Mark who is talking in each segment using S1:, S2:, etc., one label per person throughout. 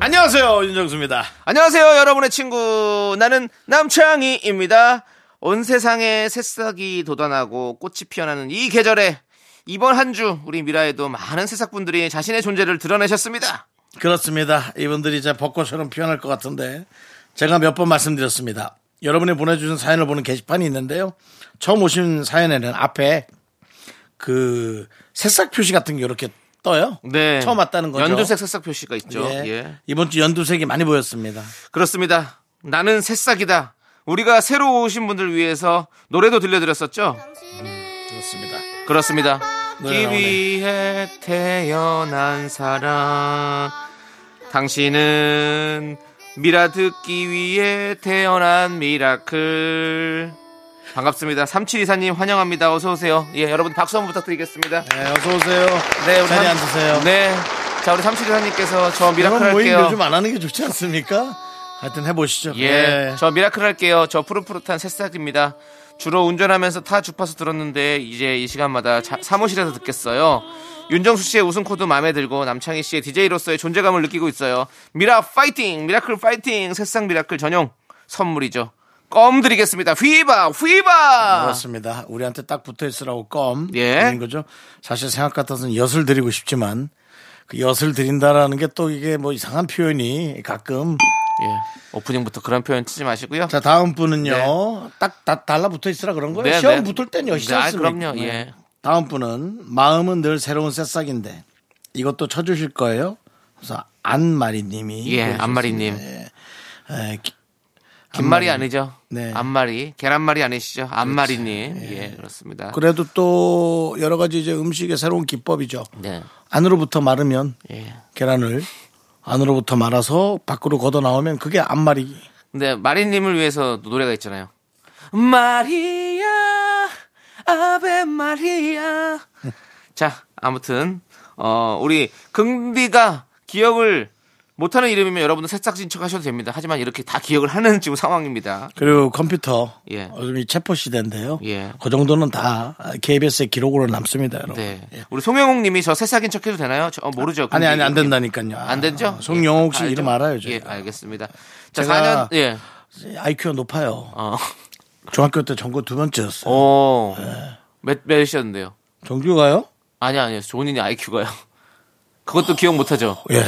S1: 안녕하세요 윤정수입니다.
S2: 안녕하세요, 여러분의 친구. 나는 남창희입니다. 온 세상에 새싹이 돋아나고 꽃이 피어나는 이 계절에 이번 한 주 우리 미라에도 많은 새싹분들이 자신의 존재를 드러내셨습니다.
S1: 그렇습니다. 이분들이 이제 벚꽃처럼 피어날 것 같은데 제가 몇 번 말씀드렸습니다. 여러분이 보내주신 사연을 보는 게시판이 있는데요. 처음 오신 사연에는 앞에 그 새싹 표시 같은 게 이렇게 떠요.
S2: 네.
S1: 처음 왔다는 거죠.
S2: 연두색 새싹 표시가 있죠.
S1: 예.
S2: 예.
S1: 이번 주 연두색이 많이 보였습니다.
S2: 그렇습니다. 나는 새싹이다. 우리가 새로 오신 분들 위해서 노래도 들려드렸었죠?
S1: 그렇습니다.
S2: 그렇습니다.
S1: 노래
S2: 이
S1: 나오네.
S2: 위해 태어난 사람 당신은 미라 듣기 위해 태어난 미라클 반갑습니다. 3724님 환영합니다. 어서 오세요. 예, 여러분 박수 한번 부탁드리겠습니다.
S1: 네, 어서 오세요. 자리
S2: 삼-
S1: 앉으세요.
S2: 네. 자, 우리 3724님께서 저 미라클
S1: 이런 모임
S2: 할게요.
S1: 요즘 안 하는 게 좋지 않습니까? 하여튼 해보시죠.
S2: 예,
S1: 네.
S2: 저 미라클 할게요. 저 푸릇푸릇한 새싹입니다. 주로 운전하면서 타 주파수 들었는데 이제 이 시간마다 자- 사무실에서 듣겠어요. 윤정수 씨의 웃음 코드 마음에 들고 남창희 씨의 DJ로서의 존재감을 느끼고 있어요. 미라 파이팅! 미라클 파이팅! 새싹 미라클 전용 선물이죠. 껌 드리겠습니다. 휘바! 휘바!
S1: 그렇습니다. 우리한테 딱 붙어 있으라고 껌
S2: 예.
S1: 드린 거죠. 사실 생각 같아서는 엿을 드리고 싶지만 그 엿을 드린다라는 게 또 이게 뭐 이상한 표현이 가끔
S2: 예, 오프닝부터 그런 표현 쓰지 마시고요.
S1: 자 다음 분은요 딱 다, 달라붙어 있으라 그런 거예요.
S2: 네,
S1: 시험
S2: 네.
S1: 붙을 땐
S2: 네,
S1: 엿이지
S2: 아,
S1: 않습니까?
S2: 그럼요.
S1: 네.
S2: 예.
S1: 다음 분은 마음은 늘 새로운 새싹인데 이것도 쳐주실 거예요. 그래서 안마리님이
S2: 예,
S1: 보내주셨습니다.
S2: 안마리님.
S1: 예. 예, 기-
S2: 김말이 아니죠.
S1: 네.
S2: 안말이. 계란말이 아니시죠. 안말이님. 예, 그렇습니다.
S1: 그래도 또 여러 가지 이제 음식의 새로운 기법이죠.
S2: 네.
S1: 안으로부터 마르면
S2: 예.
S1: 계란을 안으로부터 말아서 밖으로 걷어 나오면 그게 앞말이
S2: 근데 마리님을 위해서 노래가 있잖아요. 마리아, 아베 마리아. 자, 아무튼 어 우리 긍디가 기억을 못하는 이름이면 여러분도 새싹 신청하셔도 됩니다. 하지만 이렇게 다 기억을 하는 지금 상황입니다.
S1: 그리고 컴퓨터
S2: 예.
S1: 요즘 이 체포 시대인데요.
S2: 예.
S1: 그 정도는 다 KBS의 기록으로 남습니다, 여러분.
S2: 네,
S1: 예.
S2: 우리 송영웅님이 저 새싹인 척해도 되나요? 저 어, 모르죠.
S1: 아니 아니 안
S2: 긍디 이름이.
S1: 된다니까요.
S2: 안 되죠?
S1: 아, 송영욱 씨
S2: 예,
S1: 이름
S2: 알죠?
S1: 알아요,
S2: 예,
S1: 저희가.
S2: 알겠습니다. 자,
S1: 제가- 예.
S2: 4년 예,
S1: IQ가 높아요.
S2: 어,
S1: 중학교 때 전교 두 번째였어요.
S2: 어, 몇 몇이었는데요?
S1: 정규가요?
S2: 아니 아니요. 본인이 IQ가요. 그것도 기억 못 하죠.
S1: 예.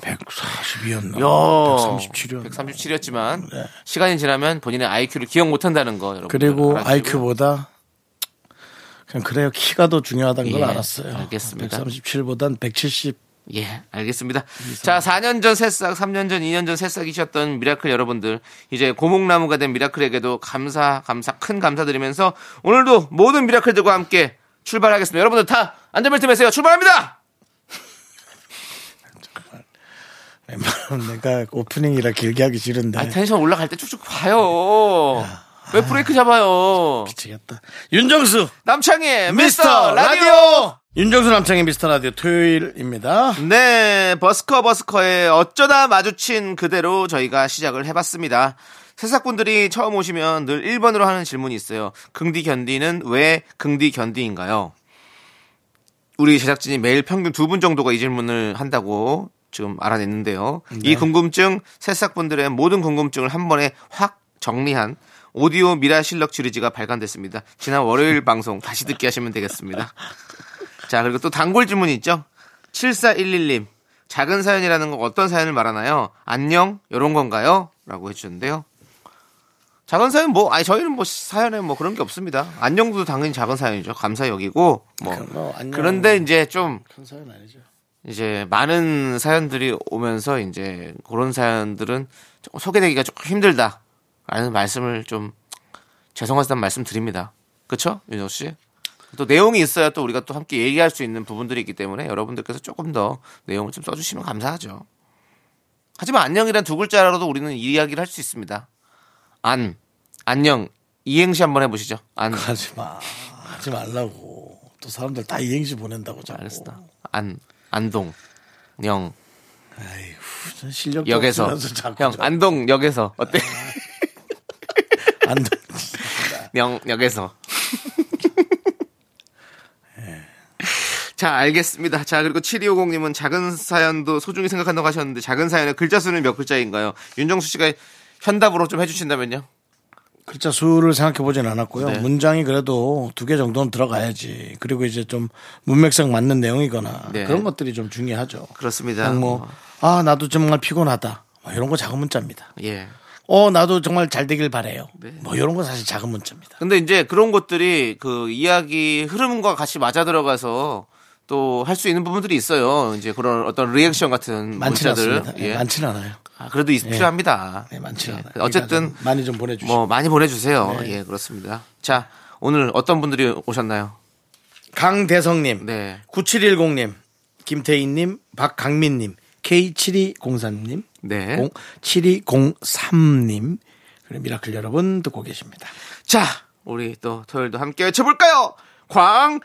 S1: 142였나?
S2: 야.
S1: 137이었나? 네.
S2: 137이었지만 시간이 지나면 본인의 IQ를 기억 못 한다는 거 여러분.
S1: 그리고 IQ보다 그냥 그래요 키가 더 중요하다는 걸
S2: 예,
S1: 알았어요.
S2: 알겠습니다.
S1: 137보단 170.
S2: 예, 알겠습니다. 자, 4년 전 새싹, 3년 전, 2년 전 새싹이셨던 미라클 여러분들, 이제 고목나무가 된 미라클에게도 감사, 감사, 큰 감사드리면서 오늘도 모든 미라클들과 함께 출발하겠습니다. 여러분들 다 안전벨트 매세요. 출발합니다.
S1: 웬만하면 내가 오프닝이라 길게 하기 싫은데.
S2: 아, 텐션 올라갈 때 쭉쭉 봐요. 왜 브레이크 잡아요?
S1: 미치겠다. 윤정수
S2: 남창희의
S1: 미스터 라디오. 윤정수 남창의 미스터 라디오 토요일입니다.
S2: 네, 버스커 버스커의 어쩌다 마주친 그대로 저희가 시작을 해봤습니다. 새싹분들이 처음 오시면 늘 1번으로 하는 질문이 있어요. 긍디 견디는 왜 긍디 견디인가요? 우리 제작진이 매일 평균 두 분 정도가 이 질문을 한다고 지금 알아냈는데요. 이 궁금증, 새싹분들의 모든 궁금증을 한 번에 확 정리한 오디오 미라 실력 지리지가 발간됐습니다. 지난 월요일 방송 다시 듣기 하시면 되겠습니다. 자, 그리고 또 단골 질문이 있죠. 7411님. 작은 사연이라는 건 어떤 사연을 말하나요? 안녕? 요런 건가요? 라고 해주셨는데요. 작은 사연 뭐, 아니, 저희는 뭐 사연에 뭐 그런 게 없습니다. 안녕도 당연히 작은 사연이죠. 감사 여기고, 뭐.
S1: 뭐 안녕.
S2: 그런데 이제 좀,
S1: 큰 사연 아니죠.
S2: 이제 많은 사연들이 오면서 이제 그런 사연들은 조금 소개되기가 조금 힘들다. 라는 말씀을 좀 죄송하다는 말씀 드립니다. 그쵸? 윤정 씨? 또 내용이 있어야 또 우리가 또 함께 얘기할 수 있는 부분들이 있기 때문에 여러분들께서 조금 더 내용을 좀 써주시면 감사하죠. 하지만 안녕이란 두 글자로도 우리는 이야기를 할 수 있습니다. 안, 안녕. 이행시 한번 해보시죠. 안,
S1: 하지 마. 하지 말라고. 또 사람들 다 이행시 보낸다고 자꾸.
S2: 알겠습니다. 안, 안동, 영,
S1: 아이고, 전 실력
S2: 역에서. 형, 안동, 역에서. 어때?
S1: 네. 안
S2: 영, 역에서.
S1: 네.
S2: 자, 알겠습니다. 자, 그리고 7250님은 작은 사연도 소중히 생각한다고 하셨는데, 작은 사연의 글자 수는 몇 글자인가요? 윤정수 씨가 현답으로 좀 해주신다면요?
S1: 글자 수를 생각해 보진 않았고요.
S2: 네.
S1: 문장이 그래도 두 개 정도는 들어가야지. 그리고 이제 좀 문맥상 맞는 내용이거나
S2: 네.
S1: 그런 것들이 좀 중요하죠.
S2: 그렇습니다. 어,
S1: 그냥 뭐, 아, 나도 정말 피곤하다. 뭐 이런 거 작은 문자입니다.
S2: 예.
S1: 어, 나도 정말 잘 되길 바래요.
S2: 네.
S1: 뭐 이런 거 사실 작은 문자입니다.
S2: 근데 이제 그런 것들이 그 이야기 흐름과 같이 맞아 들어가서 또 할 수 있는 부분들이 있어요. 이제 그런 어떤 리액션 같은
S1: 많지는
S2: 문자들.
S1: 않습니다. 네,
S2: 예.
S1: 많지는 않아요.
S2: 아, 그래도 있- 필요합니다.
S1: 네, 많지는
S2: 예.
S1: 않아요.
S2: 어쨌든
S1: 그러니까 좀 많이 좀 보내주시고.
S2: 뭐 많이 보내주세요.
S3: 네.
S2: 예, 그렇습니다. 자, 오늘 어떤 분들이 오셨나요?
S1: 강대성님,
S2: 네.
S1: 9710님, 김태희님, 박강민님, K7203님,
S2: 네.
S3: 어?
S1: 7203님, 그리고 미라클 여러분 듣고 계십니다.
S2: 자, 우리 또 토요일도 함께 외쳐볼까요? 광고나!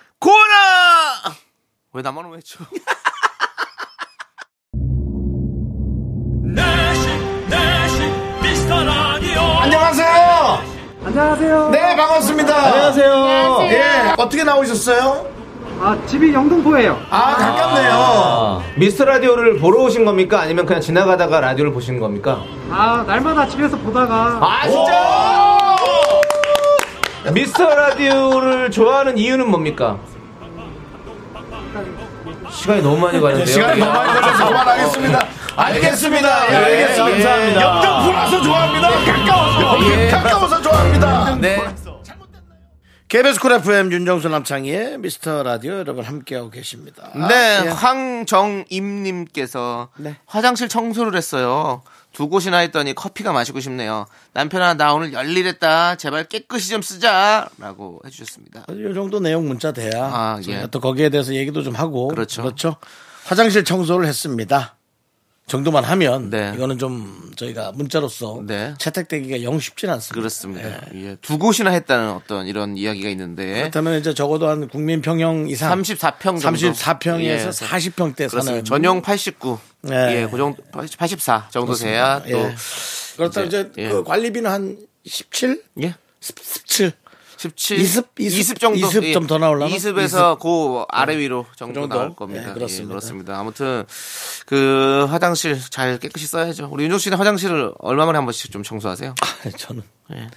S2: 왜 나만 외쳐?
S4: 내시 내시 미스터 라디오
S1: 안녕하세요.
S5: 안녕하세요.
S1: 네, 반갑습니다. 안녕하세요.
S6: 안녕하세요.
S1: 예, 어떻게 나오셨어요?
S5: 아, 집이 영등포예요.
S1: 아, 가깝네요.
S3: 미스터 라디오를 보러 오신 겁니까? 아니면 그냥 지나가다가 라디오를 보신 겁니까?
S5: 아, 날마다 집에서 보다가
S3: 아 진짜! 미스터 라디오를 좋아하는 이유는 뭡니까? 시간이 너무 많이 가는데요.
S1: 시간이 너무 많이 걸려서 그만하겠습니다. 알겠습니다. 예, 알겠습니다. 감사합니다. 영정 불어서 좋아합니다. 네. 가까워서. 가까워서 좋아합니다.
S2: 네.
S1: KBS 쿨 FM 윤정수 남창희의 미스터 라디오 여러분 함께하고 계십니다.
S2: 네,
S1: 예.
S2: 황정임님께서
S1: 네.
S2: 화장실 청소를 했어요. 두 곳이나 했더니 커피가 마시고 싶네요. 남편아, 나 오늘 열일했다. 제발 깨끗이 좀 쓰자. 라고 해주셨습니다.
S1: 예, 요 정도 내용 문자 돼야
S2: 아,
S1: 저희가
S2: 예.
S1: 또 거기에 대해서 얘기도 좀 하고
S2: 그렇죠.
S1: 화장실 청소를 했습니다. 정도만 하면
S2: 네.
S1: 이거는 좀 저희가 문자로서
S2: 네.
S1: 채택되기가 영 쉽진 않습니다.
S2: 그렇습니다. 예, 두 곳이나 했다는 어떤 이런 이야기가 있는데.
S1: 네. 그렇다면 이제 적어도 한 국민 평형 이상
S2: 34평 정도.
S1: 34평에서
S2: 예.
S1: 40평대
S2: 그렇습니다.
S1: 사는
S2: 전용 89.
S1: 네.
S2: 예, 그 정도 84 정도 돼야 또
S1: 예. 그렇다면
S2: 이제,
S1: 이제,
S2: 예.
S1: 그 관리비는 한 17,
S2: 예.
S1: 17
S2: 17
S1: 이습, 이습,
S2: 20 정도
S1: 이습 좀더 나오려나?
S2: 20에서 그 아래 위로 정도,
S1: 정도?
S2: 나올 겁니다.
S1: 예,
S2: 예,
S1: 그렇습니다.
S2: 그렇습니다. 아무튼 그 화장실 잘 깨끗이 써야죠. 우리 윤종 씨는 화장실을 얼마만에 한 번씩 좀 청소하세요?
S1: 저는
S2: 예.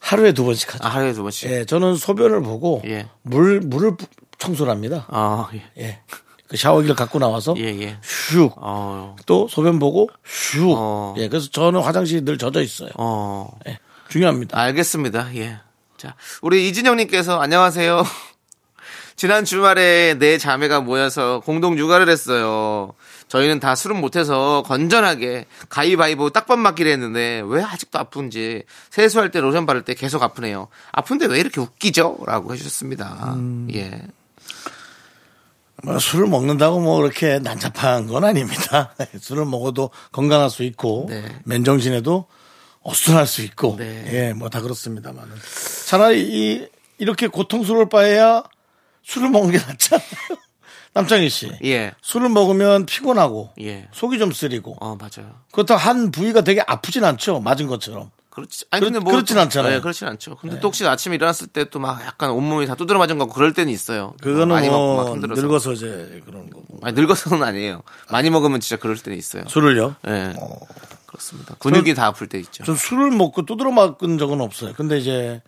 S1: 하루에 두 번씩 하죠.
S2: 아, 하루에 두 번씩.
S1: 예, 저는 소변을 보고
S2: 예.
S1: 물 물을 뿌- 청소를 합니다.
S2: 아, 예.
S1: 예. 그 샤워기를 갖고 나와서
S2: 예, 예.
S1: 슉.
S2: 어.
S1: 또 소변 보고 슉.
S2: 어.
S1: 예. 그래서 저는 화장실이 늘 젖어 있어요.
S2: 어.
S1: 예. 중요합니다.
S2: 알겠습니다. 예. 자, 우리 이진영님께서 안녕하세요. 지난 주말에 네 자매가 모여서 공동 육아를 했어요. 저희는 다 술은 못해서 건전하게 가위바위보 딱밤 맞기로 했는데 왜 아직도 아픈지 세수할 때 로션 바를 때 계속 아프네요. 아픈데 왜 이렇게 웃기죠? 라고 해주셨습니다.
S1: 음.
S2: 예.
S1: 뭐 술을 먹는다고 뭐 그렇게 난잡한 건 아닙니다. 술을 먹어도 건강할 수 있고
S2: 네.
S1: 맨정신에도 어수선할 수 있고
S2: 네.
S1: 예, 뭐 다 그렇습니다만 차라리 이, 이렇게 고통스러울 바에야 술을 먹는 게 낫지 않나요? 남창희 씨.
S2: 예.
S1: 술을 먹으면 피곤하고
S2: 예.
S1: 속이 좀 쓰리고
S2: 어, 맞아요.
S1: 그렇다고 한 부위가 되게 아프진 않죠. 맞은 것처럼.
S2: 그렇지. 아니,
S1: 그렇-
S2: 근데 뭐.
S1: 그렇진 않잖아요. 네.
S2: 예, 그렇진 않죠. 근데 또 혹시 아침에 일어났을 때 또 막 약간 온몸이 다 두드려 맞은 거 같고 그럴 때는 있어요.
S1: 그거는
S2: 많이 먹고 막
S1: 뭐
S2: 흔들어서.
S1: 늙어서 이제 그런 거고.
S2: 아니, 늙어서는 아니에요. 많이 먹으면 진짜 그럴 때는 있어요.
S1: 술을요?
S2: 예. 그렇습니다. 근육이 다 아플 때 있죠.
S1: 전 술을 먹고 두드려 맞은 적은 없어요. 근데 이제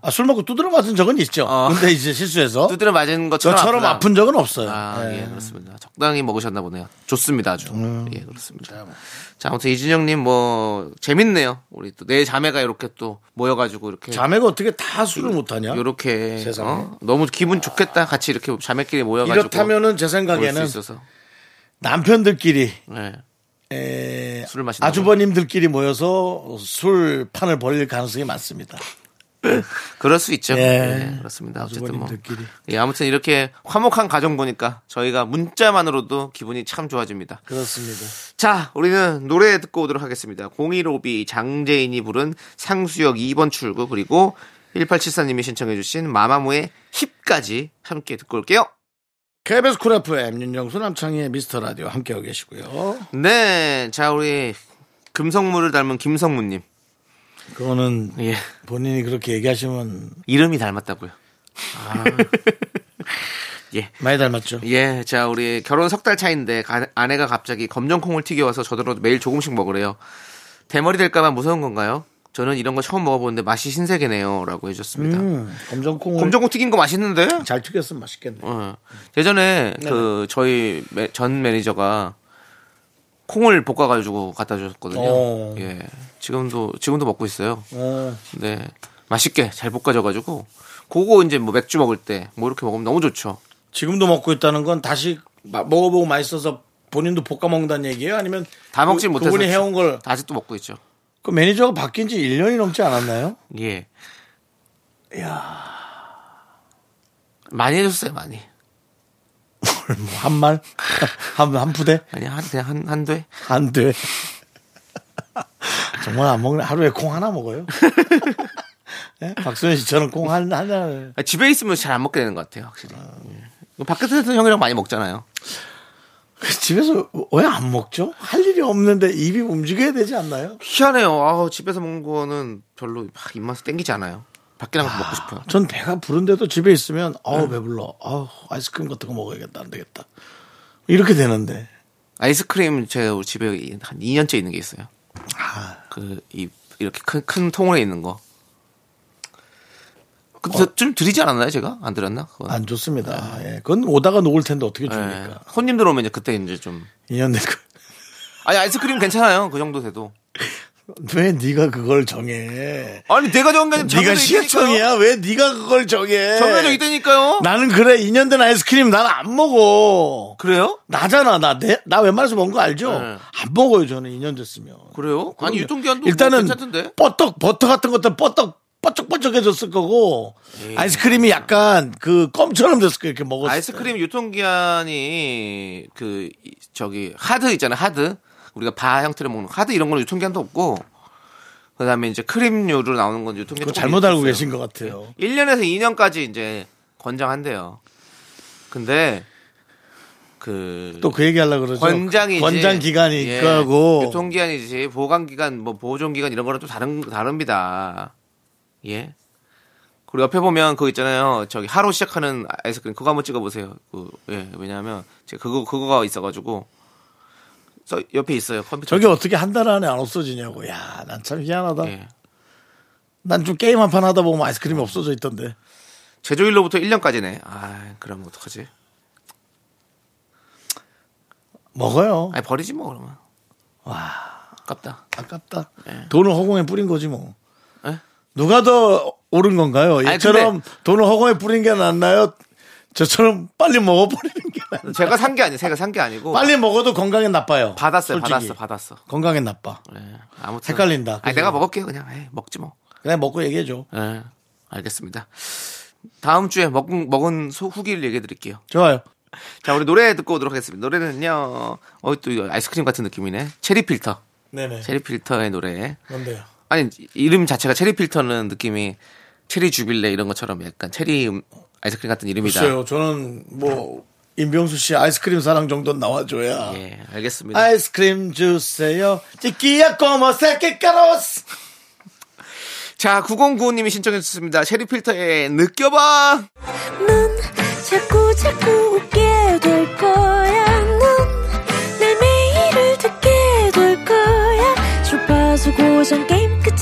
S1: 아, 술 먹고 두드려 맞은 적은 있죠.
S2: 어.
S1: 근데 이제 실수해서
S2: 두드려 맞은 것처럼.
S1: 저처럼
S2: 아프다.
S1: 아픈 적은 없어요.
S2: 아,
S1: 예. 음.
S2: 예. 그렇습니다. 적당히 먹으셨나 보네요. 좋습니다, 아주. 예, 그렇습니다.
S1: 뭐.
S2: 자, 아무튼 이진영님 뭐, 재밌네요. 우리 또, 내 자매가 이렇게 또 모여가지고 이렇게.
S1: 자매가 어떻게 다 술을 못하냐?
S2: 이렇게
S1: 세상에.
S2: 어? 너무 기분 좋겠다 같이 이렇게 자매끼리 모여가지고
S1: 이렇다면은 제
S2: 볼수
S1: 생각에는
S2: 있어서
S1: 남편들끼리
S2: 예.
S1: 에,
S2: 술을 마신다고?
S1: 아주버님들끼리 모여서 술판을 벌릴 가능성이 많습니다.
S2: 그럴 수 있죠.
S1: 예.
S2: 예, 그렇습니다. 어쨌든 뭐.
S1: 주부님들끼리.
S2: 예, 아무튼 이렇게 화목한 가정 보니까 저희가 문자만으로도 기분이 참 좋아집니다.
S1: 그렇습니다.
S2: 자, 우리는 노래 듣고 오도록 하겠습니다. 015비 장재인이 부른 상수역 2번 출구 그리고 1874님이 신청해주신 마마무의 힙까지 함께 듣고 올게요.
S1: KBS 쿨 FM 윤정수 남창희의 미스터 라디오 함께하고 계시고요.
S2: 네, 자 우리 금성무를 닮은 김성무님.
S1: 그거는
S2: 예,
S1: 본인이 그렇게 얘기하시면
S2: 이름이 닮았다고요.
S1: 많이 닮았죠.
S2: 예, 자 우리 결혼 석 달 차인데 가- 아내가 갑자기 검정콩을 튀겨와서 저더러 매일 조금씩 먹으래요. 대머리 될까봐 무서운 건가요? 저는 이런 거 처음 먹어보는데 맛이 신세계네요라고 해줬습니다.
S1: 음, 검정콩을
S2: 검정콩 튀긴 거 맛있는데?
S1: 잘 튀겼으면 맛있겠네. 요
S2: 어. 예전에
S1: 네.
S2: 그 저희 매- 전 매니저가 콩을 볶아가지고 갖다 주셨거든요.
S1: 어.
S2: 예, 지금도 지금도 먹고 있어요.
S1: 어,
S2: 네. 맛있게 잘 볶아져가지고 그거 이제 뭐 맥주 먹을 때 뭐 이렇게 먹으면 너무 좋죠.
S1: 지금도 먹고 있다는 건 다시 마- 먹어보고 맛있어서 본인도 볶아 먹는다는 얘기예요? 아니면
S2: 다 먹진
S1: 그-
S2: 못해서 그렇죠.
S1: 그분이 해온 걸 그
S2: 아직도 먹고 있죠.
S1: 매니저가 바뀐 지 1년이 넘지 않았나요?
S2: 예. 야 많이 해줬어요 많이.
S1: 한 말? 한, 한 부대?
S2: 아니 한 그냥 한 한돼
S1: 안 돼. 정말 안 먹는 하루에 콩 하나 먹어요. 예? 박소연 씨처럼 콩 한- 하나를
S2: 아, 집에 있으면 잘 안 먹게 되는 것 같아요 확실히. 예. 바깥에서 형이랑 많이 먹잖아요.
S1: 집에서 왜 안 먹죠? 할 일이 없는데 입이 움직여야 되지 않나요?
S2: 희한해요. 아, 집에서 먹는 거는 별로 막 입맛에 땡기지 않아요. 밖에 나가서 먹고 싶어요.
S1: 전 배가 부른데도 집에 있으면 어우 배불러. 어우 아이스크림 같은 거 먹어야겠다. 안 되겠다. 이렇게 되는데.
S2: 아이스크림 제가 우리 집에 한 2년째 있는 게 있어요.
S1: 아,
S2: 그 이, 이렇게 큰, 큰 통에 있는 거. 근데 저- 좀 드리지 않았나요, 제가? 안 드렸나? 그건.
S1: 안 좋습니다.
S2: 아.
S1: 예. 그건 오다가 녹을 텐데 어떻게
S2: 예.
S1: 줍니까?
S2: 손님 들어오면 이제 그때 이제 좀.
S1: 인연 내거
S2: 아니, 아이스크림 괜찮아요. 그 정도 돼도.
S1: 왜 네가 그걸 정해?
S2: 아니, 내가 음, 정한 게
S1: 네가
S2: 아니라 정해져 있다니까요.
S1: 시청이야. 왜 네가 그걸 정해?
S2: 정해져 있다니까요.
S1: 나는 그래 2년 된 아이스크림 난 안 먹어.
S2: 그래요?
S1: 나잖아 나나 웬만해서 먹은 거 알죠?
S2: 네.
S1: 안 먹어요 저는 2년 됐으면.
S2: 그래요?
S1: 그럼요.
S2: 아니, 유통기한도 뭐
S1: 일단은
S2: 괜찮던데.
S1: 버떡 버터 같은 것도 버떡 뻐쩍뻐쩍해졌을 거고 아이스크림이 약간 그 껌처럼 됐을 거예요 이렇게 먹었을
S2: 예. 아이스크림 유통기한이 그 이- 저기 하드 있잖아요 하드 우리가 바 형태로 먹는 하드 이런 거는 유통기한도 없고 그다음에 이제 크림류로 나오는 건
S1: 거
S2: 유통기한
S1: 잘못 알고 계신 것 같아요.
S2: 1년에서 2년까지 이제 권장한대요 근데 그
S1: 또 그 얘기 하려고 그러죠.
S2: 권장이지
S1: 권장 기간이
S2: 예,
S1: 있고 하고
S2: 유통기한이지 보관기간 뭐 보존기간 이런 거랑 또 다른 다릅니다 예 그리고 옆에 보면 그거 있잖아요 저기 하루 시작하는 아이스크림 그거 한번 찍어보세요 그, 예 왜냐하면 제가 그거 그거가 있어가지고 써- 옆에 있어요 컴퓨터
S1: 저게 어떻게 한 달 안에 안 없어지냐고. 야, 난 참 희한하다.
S2: 예.
S1: 난 좀 게임 한 판 하다 보면 아이스크림이 없어져 있던데.
S2: 제조일로부터 1년까지네 아 그럼 어떡하지
S1: 먹어요.
S2: 아니 버리지 뭐 그러면 와 아깝다
S1: 아깝다. 돈을 허공에 뿌린 거지 뭐.
S2: 예?
S1: 누가 더 옳은 건가요?
S2: 아니,
S1: 얘처럼 돈을 허공에 뿌린 게 낫나요? 저처럼 빨리 먹어버리는 게 낫나요?
S2: 제가 산 게 아니 제가 산 게 아니고
S1: 빨리 먹어도 건강엔 나빠요.
S2: 받았어요
S1: 솔직히.
S2: 받았어 받았어
S1: 건강엔 나빠.
S2: 예, 아무튼
S1: 헷갈린다. 그죠?
S2: 아니 내가 먹을게요 그냥 에이, 먹지 뭐
S1: 그냥 먹고 얘기해줘.
S2: 예, 알겠습니다. 다음 주에 먹은, 먹은 소, 후기를 얘기해 드릴게요.
S1: 좋아요.
S2: 자, 우리 노래 듣고 오도록 하겠습니다. 노래는요, 어, 또 이거 아이스크림 같은 느낌이네. 체리 필터.
S1: 네네.
S2: 체리 필터의 노래.
S1: 뭔데요?
S2: 아니, 이름 자체가 체리 필터는 느낌이 체리 주빌레 이런 것처럼 약간 체리 음- 아이스크림 같은 이름이다.
S1: 글쎄요. 저는 뭐 임병수 씨 아이스크림 사랑 정도는 나와줘야.
S2: 예, 알겠습니다.
S1: 아이스크림 주세요. 찌끼야 꼬마 새끼 까로스.
S2: 자, 9095님이 신청해 주셨습니다. 체리 필터의 느껴봐!
S6: 넌 자꾸 자꾸 웃게 될 거야. 넌내 매일을 듣게 될 거야. 주파수 고정 게임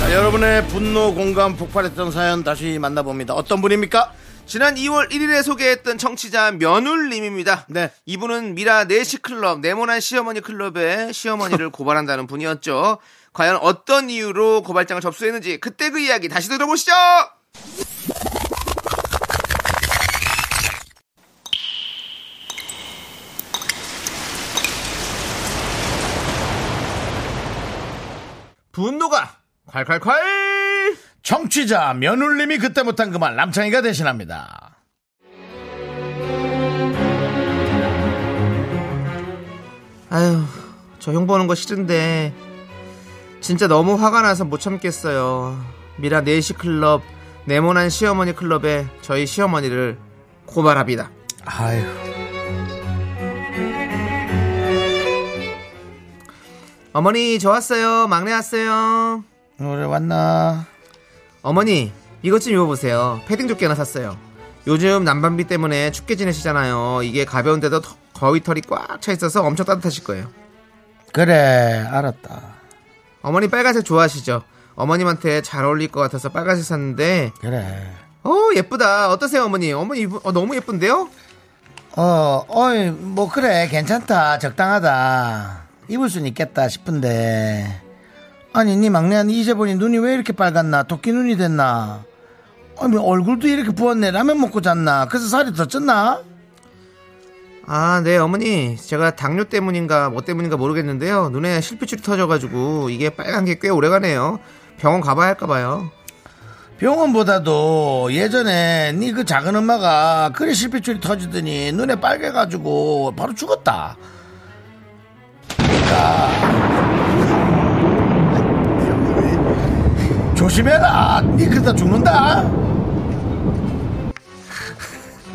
S1: 자, 여러분의 분노, 공감, 폭발했던 사연 다시 만나봅니다. 어떤 분입니까?
S2: 지난 2월 1일에 소개했던 청취자 면울님입니다.
S1: 네.
S2: 이분은 미라 내시 클럽 네모난 시어머니 클럽에 시어머니를 고발한다는 분이었죠. 과연 어떤 이유로 고발장을 접수했는지 그때 그 이야기 다시 들어보시죠. 분노가 콸콸콸!
S1: 정취자 면울님이 그때 못한 그 말 남창희가 대신합니다.
S2: 아휴, 저 형 보는 거 싫은데 진짜 너무 화가 나서 못 참겠어요. 미라 4시 클럽 네모난 시어머니 클럽에 저희 시어머니를 고발합니다.
S1: 아유.
S2: 어머니 저 왔어요. 막내 왔어요.
S1: 노래 왔나?
S2: 어머니 이것 좀 입어보세요. 패딩 조끼 하나 샀어요. 요즘 난방비 때문에 춥게 지내시잖아요. 이게 가벼운데도 더- 거위 털이 꽉 차 있어서 엄청 따뜻하실 거예요.
S1: 그래, 알았다.
S2: 어머니 빨간색 좋아하시죠? 어머님한테 잘 어울릴 것 같아서 빨간색 샀는데
S1: 그래.
S2: 어 예쁘다 어떠세요 어머니 어머니 이분- 어, 너무 예쁜데요
S1: 어, 어이, 뭐, 그래, 괜찮다. 적당하다. 입을 순 있겠다 싶은데. 아니, 네 막내한테 이제 보니 눈이 왜 이렇게 빨갛나? 도끼 눈이 됐나? 아니, 얼굴도 이렇게 부었네. 라면 먹고 잤나? 그래서 살이 더 쪘나?
S2: 아 네 어머니 제가 당뇨 때문인가 뭐 때문인가 모르겠는데요 눈에 실핏줄이 터져가지고 이게 빨간 게 꽤 오래가네요 병원 가봐야 할까 봐요
S1: 병원보다도 예전에 네 그 작은 엄마가 그리 실핏줄이 터지더니 눈에 빨개가지고 바로 죽었다. 그러니까 조심해라. 니 그러다 죽는다.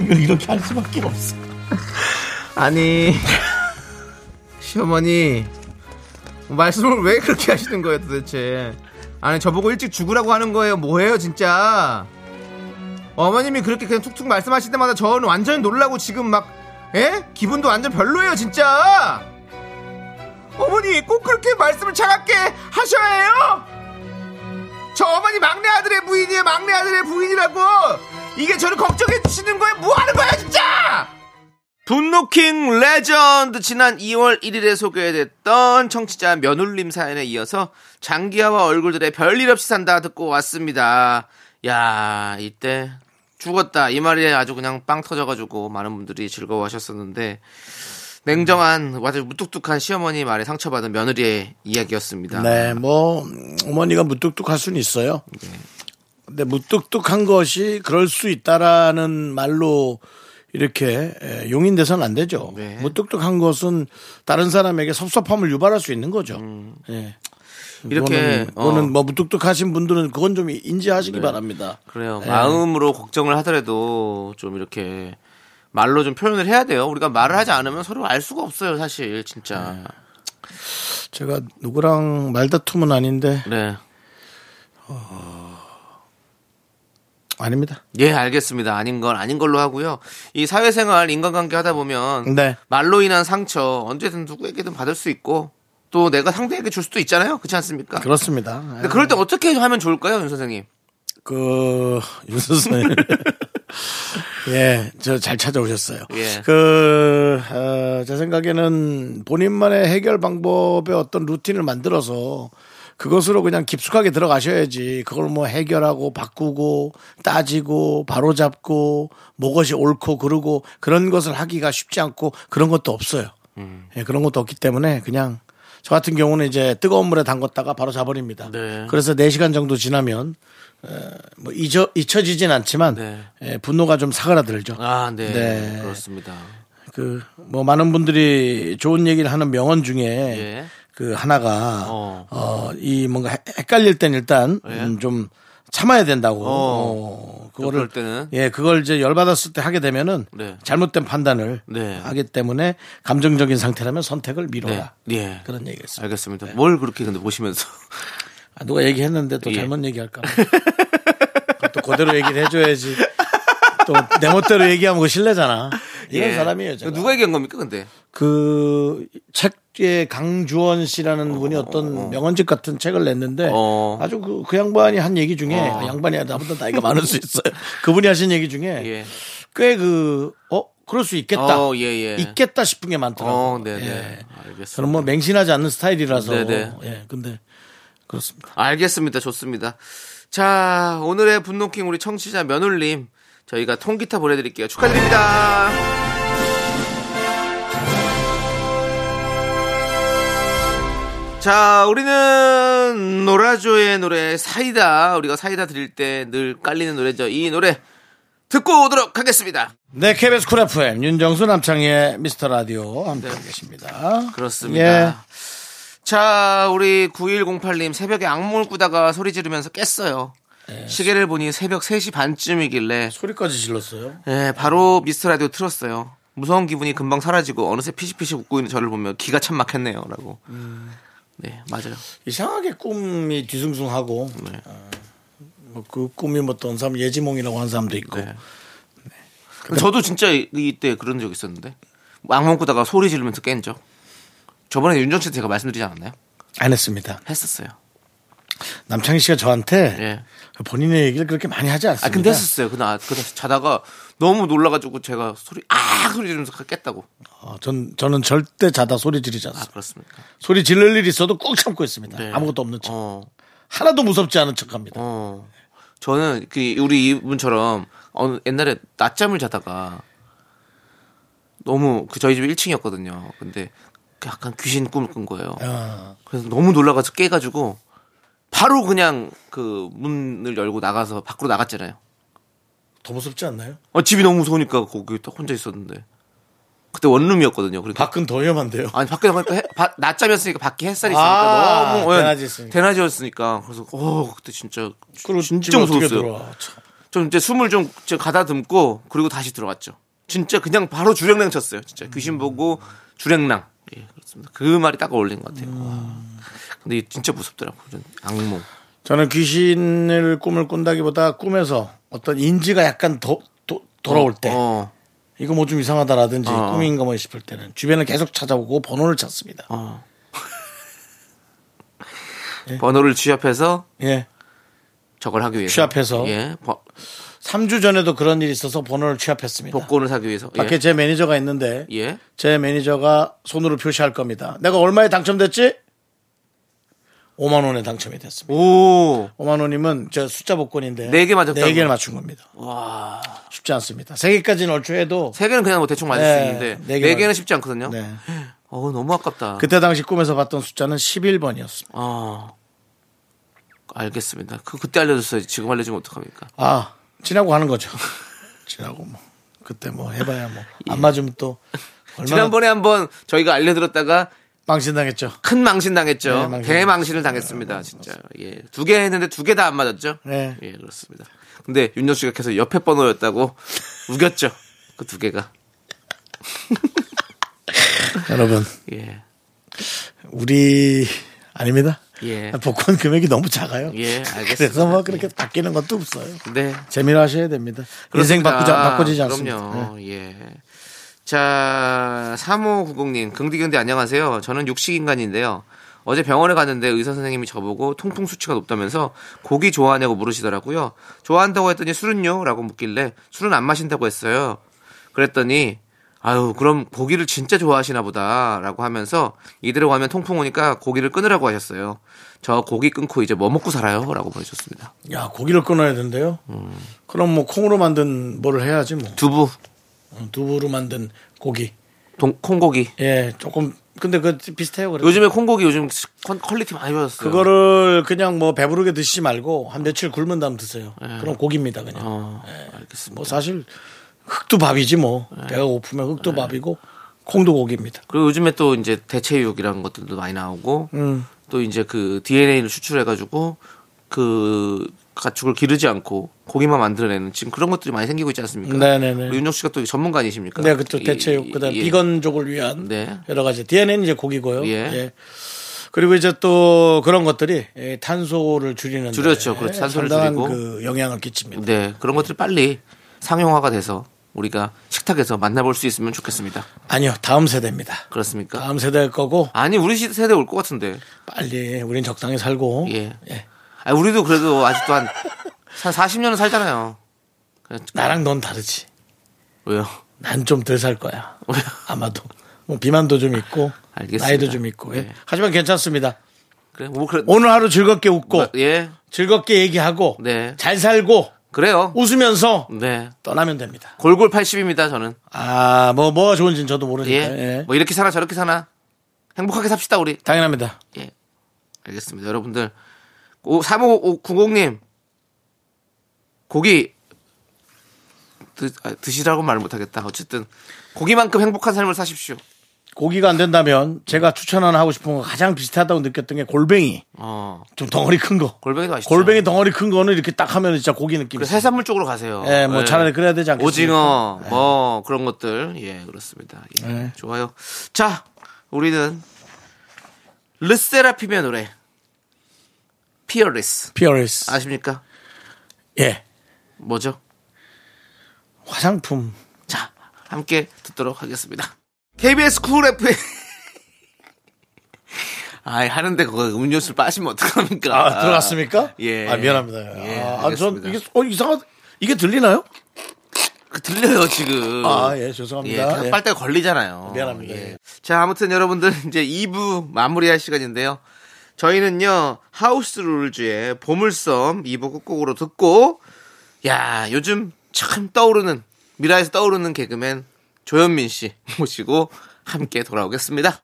S1: 이걸 이렇게 할 수밖에 없어.
S2: 아니 시어머니 말씀을 왜 그렇게 하시는 거예요 도대체 아니 저보고 일찍 죽으라고 하는 거예요 뭐예요 진짜 어머님이 그렇게 그냥 툭툭 말씀하실 때마다 저는 완전히 놀라고 지금 막 에? 기분도 완전 별로예요 진짜 어머니 꼭 그렇게 말씀을 차갑게 하셔야 해요 저 어머니 막내 아들의 부인이에요 막내 아들의 부인이라고 이게 저를 걱정해 주시는 거예요 뭐 하는 거야 진짜 분노킹 레전드 지난 2월 1일에 소개됐던 청취자 며눌림 사연에 이어서 장기하와 얼굴들의 별일 없이 산다 듣고 왔습니다. 야 이때 죽었다 이 말에 아주 그냥 빵 터져가지고 많은 분들이 즐거워하셨었는데 냉정한 아주 무뚝뚝한 시어머니 말에 상처받은 며느리의 이야기였습니다.
S1: 네, 뭐 음, 어머니가 무뚝뚝할 수는 있어요.
S2: 네.
S1: 근데 무뚝뚝한 것이 그럴 수 있다라는 말로 이렇게 에, 용인돼서는 안 되죠.
S2: 네.
S1: 무뚝뚝한 것은 다른 사람에게 섭섭함을 유발할 수 있는 거죠. 예.
S2: 음. 이렇게,
S1: 그거는, 그거는
S2: 어. 네.
S1: 뭐 무뚝뚝하신 분들은 그건 좀 인지하시기 바랍니다.
S2: 그래요.
S1: 예.
S2: 마음으로 걱정을 하더라도 좀 이렇게 말로 좀 표현을 해야 돼요. 우리가 말을 하지 않으면 서로 알 수가 없어요, 사실 진짜.
S1: 제가 누구랑 말다툼은 아닌데
S2: 네.
S1: 아닙니다.
S2: 예, 알겠습니다. 아닌 건 아닌 걸로 하고요. 이 사회생활, 인간관계 하다 보면
S1: 네.
S2: 말로 인한 상처 언제든 누구에게든 받을 수 있고 또 내가 상대에게 줄 수도 있잖아요. 그렇지 않습니까?
S1: 그렇습니다. 예.
S2: 근데 그럴 때 어떻게 하면 좋을까요, 윤 선생님?
S1: 그, 윤선생. 예, 저 잘 찾아오셨어요.
S2: 예.
S1: 그, 어, 제 생각에는 본인만의 해결 방법의 어떤 루틴을 만들어서 그것으로 그냥 깊숙하게 들어가셔야지 그걸 뭐 해결하고 바꾸고 따지고 바로잡고 뭐것이 옳고 그르고 그런 것을 하기가 쉽지 않고 그런 것도 없어요.
S2: 음.
S1: 예, 그런 것도 없기 때문에 그냥 저 같은 경우는 이제 뜨거운 물에 담궜다가 바로 자버립니다.
S2: 네.
S1: 그래서 4시간 정도 지나면 뭐 잊어, 잊혀지진 않지만
S2: 네.
S1: 예, 분노가 좀 사그라들죠.
S2: 아, 네.
S1: 네.
S2: 그렇습니다.
S1: 그 뭐 많은 분들이 좋은 얘기를 하는 명언 중에
S2: 예.
S1: 그 하나가
S2: 어.
S1: 어. 이 뭔가 헷- 헷갈릴 땐 일단
S2: 예.
S1: 음, 좀 참아야 된다고.
S2: 어.
S1: 어,
S2: 좀 그럴 때는.
S1: 예 그걸 이제 열 받았을 때 하게 되면은
S2: 네.
S1: 잘못된 판단을
S2: 네.
S1: 하기 때문에 감정적인 상태라면 선택을
S2: 네.
S1: 미뤄라.
S2: 예.
S1: 그런 얘기가 있어요.
S2: 알겠습니다. 뭘 그렇게 근데 보시면서
S1: 아, 누가 얘기했는데 또
S2: 예.
S1: 잘못 얘기할까 봐. 또 그대로 얘기를 해줘야지. 또 내 멋대로 얘기하면 그 실례잖아. 이런
S2: 예.
S1: 사람이에요. 제가.
S2: 누가 얘기한 겁니까, 근데?
S1: 그 책의 강주원 씨라는 분이 어떤 명언집 같은 책을 냈는데
S2: 어.
S1: 아주 그, 그 양반이 한 얘기 중에 아, 양반이 나보다 나이가 많을 수 있어요. 그분이 하신 얘기 중에
S2: 예.
S1: 꽤 그 어 그럴 수 있겠다,
S2: 어, 예, 예.
S1: 있겠다 싶은 게 많더라고요.
S2: 어, 네네.
S1: 예.
S2: 알겠습니다.
S1: 저는 뭐 맹신하지 않는 스타일이라서
S2: 네네.
S1: 예 근데 그렇습니다.
S2: 알겠습니다. 좋습니다. 자, 오늘의 분노킹 우리 청취자 며눌님 저희가 통기타 보내드릴게요. 축하드립니다. 자, 우리는 노라조의 노래 사이다. 우리가 사이다 드릴 때 늘 깔리는 노래죠. 이 노래 듣고 오도록 하겠습니다.
S1: 네, KBS 쿨 FM 윤정수 남창희의 미스터 라디오 함께 하고 계십니다.
S2: 네.
S1: 예,
S2: 그렇습니다. 자, 우리 9108님 새벽에 악몽을 꾸다가 소리 지르면서 깼어요. 시계를 보니 새벽 3시 반쯤이길래
S1: 소리까지 질렀어요.
S2: 예, 바로 미스터 라디오 틀었어요. 무서운 기분이 금방 사라지고 어느새 피식피식 웃고 있는 저를 보며 기가 참 막혔네요라고. 네, 맞아요.
S1: 이상하게 꿈이 뒤숭숭하고
S2: 네.
S1: 뭐그 꿈이 뭐 어떤 사람 예지몽이라고 하는 사람도 있고
S2: 네. 저도 진짜 이- 이때 그런 적 있었는데 악몽 꾸다가 소리 지르면서 깬 적. 저번에 윤정씨 제가 말씀드리지 않았나요?
S1: 안 했습니다.
S2: 했었어요.
S1: 남창희 씨가 저한테
S2: 예.
S1: 본인의 얘기를 그렇게 많이 하지 않습니다.
S2: 아 근데 했었어요. 그날 그날 자다가 너무 놀라가지고 제가 소리 아 소리 지르면서 깼다고.
S1: 어, 전 저는 절대 자다 소리 지르지
S2: 아
S1: 않습니다.
S2: 그렇습니까?
S1: 소리 지를 일이 있어도 꾹 참고 있습니다.
S2: 네.
S1: 아무것도 없는 척.
S2: 어,
S1: 하나도 무섭지 않은 척합니다.
S2: 어. 저는 그 우리 이분처럼 어느 옛날에 낮잠을 자다가 너무 그 저희 집 1층이었거든요. 근데 약간 귀신 꿈을 꾼 거예요.
S1: 어,
S2: 그래서 너무 놀라가서 깨가지고 바로 그냥 그 문을 열고 나가서 밖으로 나갔잖아요.
S1: 더 무섭지 않나요?
S2: 어, 집이 너무 무서우니까 거기 딱 혼자 있었는데 그때 원룸이었거든요. 그러니까
S1: 밖은 더 위험한데요.
S2: 아니 밖에 나가니까 해- 바- 낮잠이었으니까 밖에 햇살이 있으니까
S1: 아,
S2: 너무 예,
S1: 대낮이었으니까.
S2: 대낮이었으니까 그래서 어 그때 진짜
S1: 그리고
S2: 진짜
S1: 아, 집에 어떻게
S2: 무서웠어요.
S1: 들어와. 참.
S2: 좀 이제 숨을 좀 이제 가다듬고 그리고 다시 들어갔죠. 진짜 그냥 바로 주랭랑 쳤어요. 진짜 귀신 보고 주랭랑. 예 그렇습니다. 그 말이 딱 어울린 것 같아요. 와. 근데 이게 진짜 무섭더라고 이런 악몽.
S1: 저는 귀신을 꿈을 꾼다기보다 꿈에서 어떤 인지가 약간 더, 도- 돌아올 때
S2: 어,
S1: 이거 뭐 좀 이상하다라든지
S2: 어.
S1: 꿈인가 뭐 싶을 때는 주변을 계속 찾아보고 번호를 찾습니다.
S2: 어. 번호를 취합해서
S1: 예.
S2: 저걸 하기 위해서.
S1: 취합해서.
S2: 예. 버-
S1: 3주 전에도 그런 일이 있어서 번호를 취합했습니다.
S2: 복권을 사기 위해서. 예.
S1: 밖에 제 매니저가 있는데
S2: 예.
S1: 제 매니저가 손으로 표시할 겁니다. 내가 얼마에 당첨됐지? 5만 원에 당첨이 됐습니다.
S2: 오.
S1: 5만 원이면 저 숫자 복권인데
S2: 네개 맞았다고요?
S1: 네 개를 맞춘 겁니다.
S2: 와.
S1: 쉽지 않습니다. 세 개까지는 얼추 해도
S2: 세 개는 그냥 뭐 대충 맞을
S1: 네,
S2: 수 있는데
S1: 네
S2: 네
S1: 개만-
S2: 개는 쉽지 않거든요.
S1: 네.
S2: 어 너무 아깝다.
S1: 그때 당시 꿈에서 봤던 숫자는 11번이었습니다.
S2: 어 알겠습니다. 그 그때 알려줬어야지. 지금 알려주면 어떡합니까?
S1: 아, 지나고 하는 거죠. 지나고 뭐. 그때 뭐 해봐야 뭐. 안 맞으면 또. 얼마나
S2: 지난번에 한번 저희가 알려드렸다가
S1: 망신당했죠.
S2: 큰 망신 당했죠.
S1: 네, 망신
S2: 대망신을 당했습니다. 진짜. 예. 두 개 했는데 두 개 다 안 맞았죠?
S1: 네.
S2: 예, 그렇습니다. 근데 윤정 씨가 계속 옆에 번호였다고 우겼죠. 그 두 개가.
S1: 여러분,
S2: 예.
S1: 우리, 아닙니다.
S2: 예.
S1: 복권 금액이 너무 작아요.
S2: 예, 알겠습니다. 예.
S1: 그래서 뭐 그렇게 바뀌는 것도 없어요.
S2: 네.
S1: 재미로 하셔야 됩니다. 인생
S2: 그렇습니다.
S1: 바꾸자, 바꿔지지 않습니다. 네.
S2: 그럼요. 예. 자, 3590님, 긍디견디 안녕하세요. 저는 육식인간인데요. 어제 병원에 갔는데 의사 선생님이 저보고 통풍 수치가 높다면서 고기 좋아하냐고 물으시더라고요. 좋아한다고 했더니 술은요? 라고 묻길래 술은 안 마신다고 했어요. 그랬더니 아유 그럼 고기를 진짜 좋아하시나 보다라고 하면서 이대로 가면 통풍 오니까 고기를 끊으라고 하셨어요. 저 고기 끊고 이제 뭐 먹고 살아요? 라고 보내셨습니다.
S1: 네. 야, 고기를 끊어야 된대요.
S2: 음.
S1: 그럼 뭐 콩으로 만든 뭐를 해야지 뭐.
S2: 두부,
S1: 어, 두부로 만든 고기.
S2: 동- 콩고기.
S1: 예, 조금. 근데 그 비슷해요. 그래도.
S2: 음. 요즘에 콩고기 요즘 컨- 퀄리티 많이 좋아졌어요.
S1: 그거를 그냥 뭐 배부르게 드시지 말고 한 며칠 굶은 다음 드세요. 그럼 고기입니다 그냥.
S2: 예. 어, 알겠습니다.
S1: 뭐 사실 흙도 밥이지 뭐.
S2: 예.
S1: 배가 고프면 흙도 밥이고 콩도 고기입니다.
S2: 그리고 요즘에 또 이제 대체육이라는 것들도 많이 나오고
S1: 음.
S2: 또 이제 그 DNA를 추출해가지고 그 가축을 기르지 않고 고기만 만들어내는 지금 그런 것들이 많이 생기고 있지 않습니까?
S1: 네네네.
S2: 우리 윤정 씨가 또 전문가 아니십니까?
S1: 네, 그쪽
S2: 이-
S1: 대체육 그다음
S2: 예.
S1: 비건족을 위한
S2: 네.
S1: 여러 가지 DNA는 이제 고기고요.
S2: 예.
S1: 예. 그리고 이제 또 그런 것들이 예, 탄소를 줄이는
S2: 줄였죠. 그렇죠. 탄소를
S1: 상당한
S2: 줄이고.
S1: 그 영향을 끼칩니다.
S2: 네 그런 것들 빨리 상용화가 돼서 우리가 식탁에서 만나볼 수 있으면 좋겠습니다.
S1: 아니요, 다음 세대입니다.
S2: 그렇습니까?
S1: 다음 세대일 거고
S2: 아니 우리 시- 세대 올 것 같은데.
S1: 빨리 우린 적당히 살고
S2: 예.
S1: 예.
S2: 아, 우리도 그래도 아직도 한, 한 40년은 살잖아요. 그냥
S1: 나랑 넌 다르지.
S2: 왜요?
S1: 난 좀 덜 살 거야.
S2: 왜요?
S1: 아마도 뭐 비만도 좀 있고
S2: 알겠습니다.
S1: 나이도 좀 있고 예.
S2: 예.
S1: 하지만 괜찮습니다.
S2: 그래, 뭐 그래.
S1: 오늘 하루 즐겁게 웃고
S2: 예,
S1: 즐겁게 얘기하고
S2: 네.
S1: 잘 살고
S2: 그래요.
S1: 웃으면서
S2: 네.
S1: 떠나면 됩니다.
S2: 골골 80입니다, 저는.
S1: 아뭐 뭐 좋은지는 저도
S2: 예.
S1: 모르니까 예.
S2: 뭐 이렇게 사나 저렇게 사나. 행복하게 삽시다, 우리.
S1: 당연합니다.
S2: 예. 알겠습니다. 여러분들. 오, 35590님. 고기 드, 아, 드시라고 말을 못하겠다. 어쨌든 고기만큼 행복한 삶을 사십시오.
S1: 고기가 안 된다면 제가 추천하나 하고 싶은 거 가장 비슷하다고 느꼈던 게 골뱅이
S2: 어.
S1: 좀 덩어리 큰 거.
S2: 골뱅이도 맛있죠.
S1: 골뱅이 덩어리 큰 거는 이렇게 딱 하면 진짜 고기 느낌.
S2: 그 해산물 쪽으로 가세요.
S1: 예, 뭐 차라리 그래야 되지 않겠습니까? 네.
S2: 오징어, 뭐 그런 것들. 예, 그렇습니다. 예, 좋아요. 자, 우리는 르세라핌의 노래 피어리스
S1: 피어리스.
S2: 아십니까?
S1: 예.
S2: 뭐죠?
S1: 화장품.
S2: 자, 함께 듣도록 하겠습니다. KBS 쿨 FM. 아이, 하는데 그거 음료수 빠시면 어떡합니까?
S1: 아, 들어갔습니까?
S2: 예.
S1: 아, 미안합니다.
S2: 예,
S1: 아, 전
S2: 알겠습니다.
S1: 이게 어 이상하 이게 들리나요?
S2: 그 들려요, 지금.
S1: 아, 예,
S2: 예,
S1: 죄송합니다.
S2: 계속
S1: 예.
S2: 빨대 걸리잖아요.
S1: 미안합니다.
S2: 예.
S1: 예.
S2: 자, 아무튼 여러분들 이제 2부 마무리할 시간인데요. 저희는요, 하우스 룰즈의 보물섬 2부 끝곡으로 듣고, 야, 요즘 참 떠오르는, 미라에서 떠오르는 개그맨 조현민 씨 모시고 함께 돌아오겠습니다.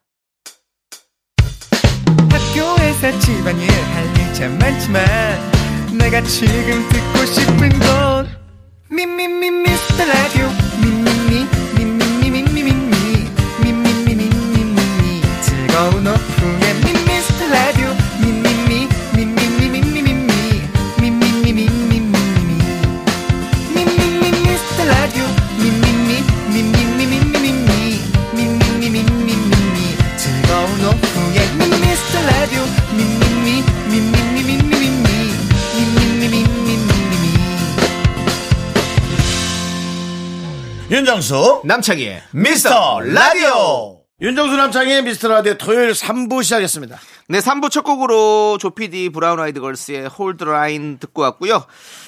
S7: 학교에서 집안일 할 일 참 많지만 내가 지금 듣고 싶은 건 미미미 미스터 라디오 미미미 미미미 미미미 미미미 미미미 즐거운 오후에 미스터 라디오 미미미 미미미 미미미 미미미 미미미
S1: 윤정수
S3: 남창희의 미스터 라디오.
S1: 윤정수 남창의 미스터 라디오 토요일 3부 시작했습니다.
S2: 네, 3부 첫 곡으로 조피디 브라운 아이드 걸스의 홀드 라인 듣고 왔고요.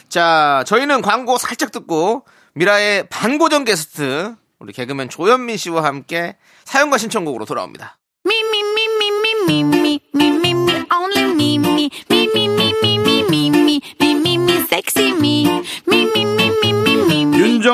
S2: 자, 저희는 광고 살짝 듣고 미라의 반고정 게스트 우리 개그맨 조현민 씨와 함께 사연과 신청곡으로 돌아옵니다.
S6: Me, me, me, me, me, me, me, me, me, me, only me, me, me, me, me, me, me, me, me, me, me, me, sexy me, me, me, me, me, me, me, me,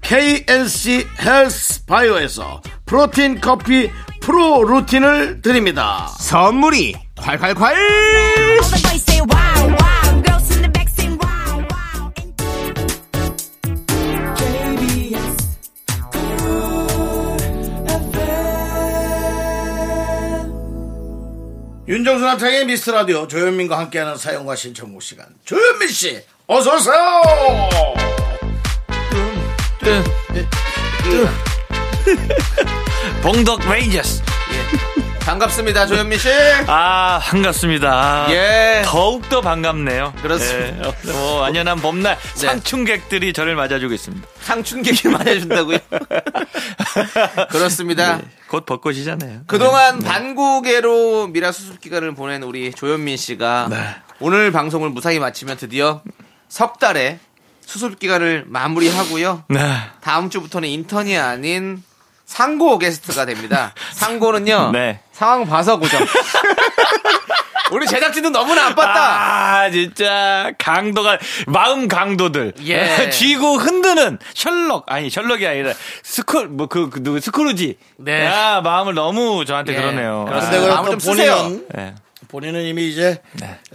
S1: KNC 헬스 바이오에서 프로틴 커피 프로 루틴을 드립니다
S2: 선물이 콸콸콸!
S6: all the boys say wow, wow, girls in the back say wow, wow. And
S1: 윤정수 남창의 미스터 라디오 조현민과 함께하는 사연과 신청곡 시간 조현민 씨 어서 오세요
S4: 봉덕 레인저스
S2: 반갑습니다, 조현민 씨.
S4: 아 반갑습니다
S2: 예.
S4: 더욱더 반갑네요
S2: 그렇습니다.
S4: 예. 어, 완연한 봄날 상충객들이 저를 맞아주고 있습니다
S2: 상충객이 맞아준다고요? 그렇습니다.
S4: 네, 곧 벚꽃이잖아요 네.
S2: 그동안 반고개로 미라 수습 기간을 보낸 우리 조현민 씨가
S4: 네.
S2: 오늘 방송을 무사히 마치면 드디어 석 달의 수습 기간을 마무리하고요.
S4: 네.
S2: 다음 주부터는 인턴이 아닌 상고 게스트가 됩니다. 상고는요.
S4: 네.
S2: 상황 봐서 고정. 우리 제작진도 너무나 아팠다.
S4: 아 진짜 강도가 마음 강도들
S2: 예.
S4: 쥐고 흔드는 셜록 아니 셜록이 아니라 스쿨 뭐 그 누구 스크루지
S2: 네.
S4: 아 마음을 너무 저한테 그러네요
S1: 근데 예,
S2: 그렇습니다.
S1: 아, 그걸
S2: 마음을
S1: 또
S2: 좀 쓰세요. 네.
S1: 본인은
S4: 아,
S1: 본인은
S4: 예.
S1: 이미 이제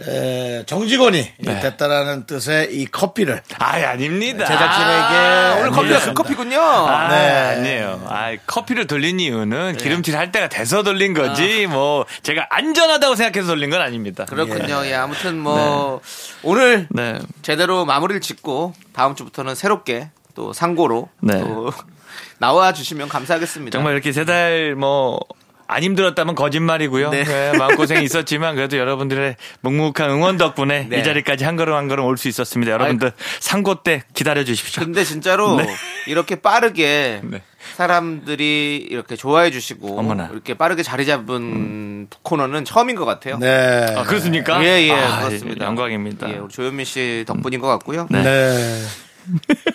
S1: 에, 정직원이
S2: 네.
S1: 됐다라는 뜻의 이 커피를
S4: 아이, 아닙니다. 예.
S1: 제작진에게
S2: 오늘 커피가 그 커피군요.
S4: 아,
S1: 네. 예.
S4: 아니에요. 아, 커피를 돌린 이유는 기름칠 할 때가 돼서 돌린
S1: 아.
S4: 거지, 뭐, 제가 안전하다고 생각해서 돌린 건 아닙니다.
S2: 그렇군요. 예. 아무튼 뭐 오늘
S4: 네.
S2: 제대로 마무리를 짓고 다음 주부터는 새롭게 또 상고로
S4: 네.
S2: 또 나와 주시면 감사하겠습니다.
S4: 정말 이렇게 세 달 뭐, 안 힘들었다면 거짓말이고요.
S2: 네.
S4: 네, 마음고생이 있었지만 그래도 여러분들의 묵묵한 응원 덕분에
S2: 네.
S4: 이 자리까지 한 걸음 한 걸음 올 수 있었습니다. 여러분들 상고 때 기다려 주십시오.
S2: 근데 진짜로
S4: 네.
S2: 이렇게 빠르게
S4: 네.
S2: 사람들이 이렇게 좋아해 주시고
S4: 어머나. 음.
S2: 이렇게 빠르게 자리 잡은 코너는 처음인 것 같아요.
S1: 네.
S4: 아, 그렇습니까?
S2: 예, 예,
S4: 아,
S2: 그렇습니다.
S4: 영광입니다.
S2: 예, 우리 조현민 씨 덕분인 것 같고요.
S4: 음. 네.
S1: 네.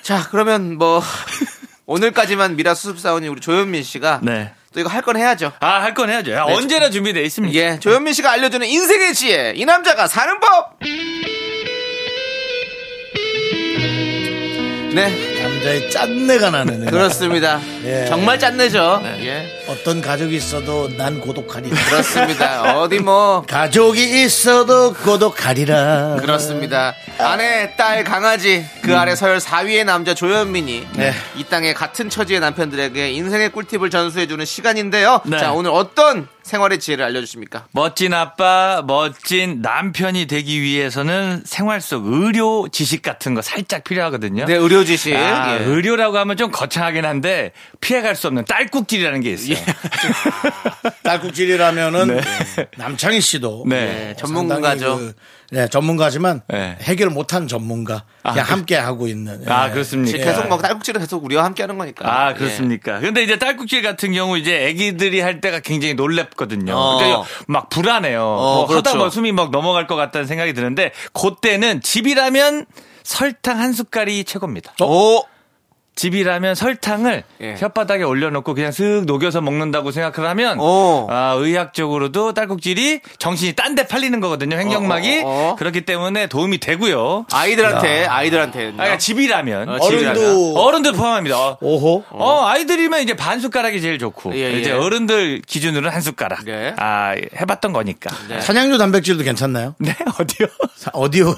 S2: 자, 그러면 뭐 오늘까지만 미라 수습사원이 우리 조현민 씨가
S4: 네.
S2: 또 이거 할 건 해야죠.
S4: 아, 할 건 해야죠. 야, 언제나 준비되어 있습니다.
S2: 네, 예, 조현민 씨가 알려주는 인생의 지혜, 이 남자가 사는 법. 네,
S1: 남자의 짠내가 나는 음악.
S2: 그렇습니다.
S1: 예.
S2: 정말 짠내죠. 예,
S1: 어떤 가족이 있어도 난 고독하리.
S2: 그렇습니다. 어디 뭐
S1: 가족이 있어도 고독하리라.
S2: 그렇습니다. 아내, 딸, 강아지 그 아래 서열 4위의 남자 조현민이
S1: 네.
S2: 이 땅의 같은 처지의 남편들에게 인생의 꿀팁을 전수해주는 시간인데요.
S4: 네.
S2: 자, 오늘 어떤 생활의 지혜를 알려주십니까?
S4: 멋진 아빠, 멋진 남편이 되기 위해서는 생활 속 의료 지식 같은 거 살짝 필요하거든요.
S2: 네, 의료 지식.
S4: 아,
S2: 예.
S4: 의료라고 하면 좀 거창하긴 한데 피해갈 수 없는 딸꾹질이라는 게
S2: 예.
S4: 있어요.
S1: 딸꾹질이라면은 남창희 씨도
S4: 네.
S2: 네, 전문가죠.
S1: 상당히 그, 네, 전문가지만
S4: 네.
S1: 해결 못한 전문가
S2: 아,
S1: 그냥 함께 하고 있는.
S4: 아
S1: 예.
S4: 그렇습니까?
S2: 계속 예. 뭐 딸꾹질을 계속 우리와 함께하는 거니까.
S4: 아 그렇습니까? 근데 이제 딸꾹질 같은 경우 이제 아기들이 할 때가 굉장히 놀랍거든요.
S2: 어.
S4: 그러니까 막 불안해요. 뭐
S2: 그렇죠.
S4: 하다 보면 숨이 막 넘어갈 것 같다는 생각이 드는데 그때는 집이라면 설탕 한 숟갈이 최고입니다.
S2: 예. 오,
S4: 집이라면 설탕을
S2: 예.
S4: 혓바닥에 올려놓고 그냥 슥 녹여서 먹는다고 생각을 하면
S2: 오.
S4: 아, 의학적으로 딸꾹질이 정신이 딴 데 팔리는 거거든요 횡격막이
S2: 어, 어, 어.
S4: 그렇기 때문에 도움이 되고요. 아,
S2: 아이들한테 아이들한테
S4: 그러니까 집이라면
S2: 어, 집이라면.
S1: 어른도
S4: 어른들 포함합니다. 어,
S1: 오호.
S4: 어, 아이들이면 이제 반 숟가락이 제일 좋고
S2: 예, 예.
S4: 이제 어른들 기준으로는 한 숟가락.
S2: 네.
S4: 아 해봤던 거니까. 네,
S1: 산양류 단백질도 괜찮나요?
S4: 어디요?
S1: 사- 어디요?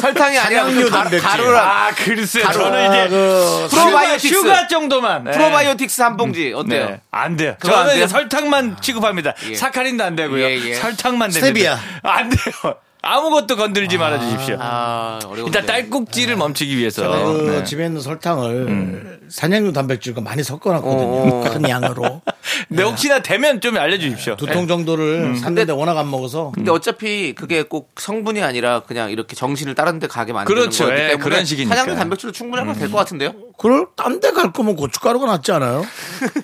S2: 설탕이 아니라
S1: 산양류
S2: 그 가루,
S1: 단백질.
S2: 가루랑
S4: 아 글쎄
S2: 가루.
S4: 저는
S1: 아,
S4: 이제
S1: 그
S4: 슈가,
S2: 프로바이오틱스.
S4: 슈가 정도만 네.
S2: 프로바이오틱스 한 봉지 어때요?
S4: 네. 안 돼요.
S2: 그거 안
S4: 저는
S2: 돼요?
S4: 이제 설탕만 취급합니다.
S2: 예.
S4: 사카린도 안 되고요.
S2: 예, 예.
S4: 설탕만 되는데.
S1: 스테비아.
S4: 안 돼요. 아무것도 건들지 말아 주십시오.
S2: 아, 어려운데.
S4: 일단 딸꾹질을 멈추기 위해서.
S1: 그
S4: 네.
S1: 집에 있는 설탕을 산양류 단백질과 많이 섞어놨거든요. 큰 양으로.
S2: 네.
S4: 근데 혹시나 되면 좀 알려 주십시오.
S1: 두통 정도를 샀는데 워낙 안 먹어서
S2: 근데 어차피 그게 꼭 성분이 아니라 그냥 이렇게 정신을 다른 데 가게 만드는
S4: 그렇죠.
S2: 거기
S4: 예,
S2: 때문에
S4: 그런 식이니까. 음.
S2: 사냥 단백질로 충분히 하면 될 것 같은데요.
S1: 그럴 딴 데 갈 거면 고춧가루가 낫지 않아요?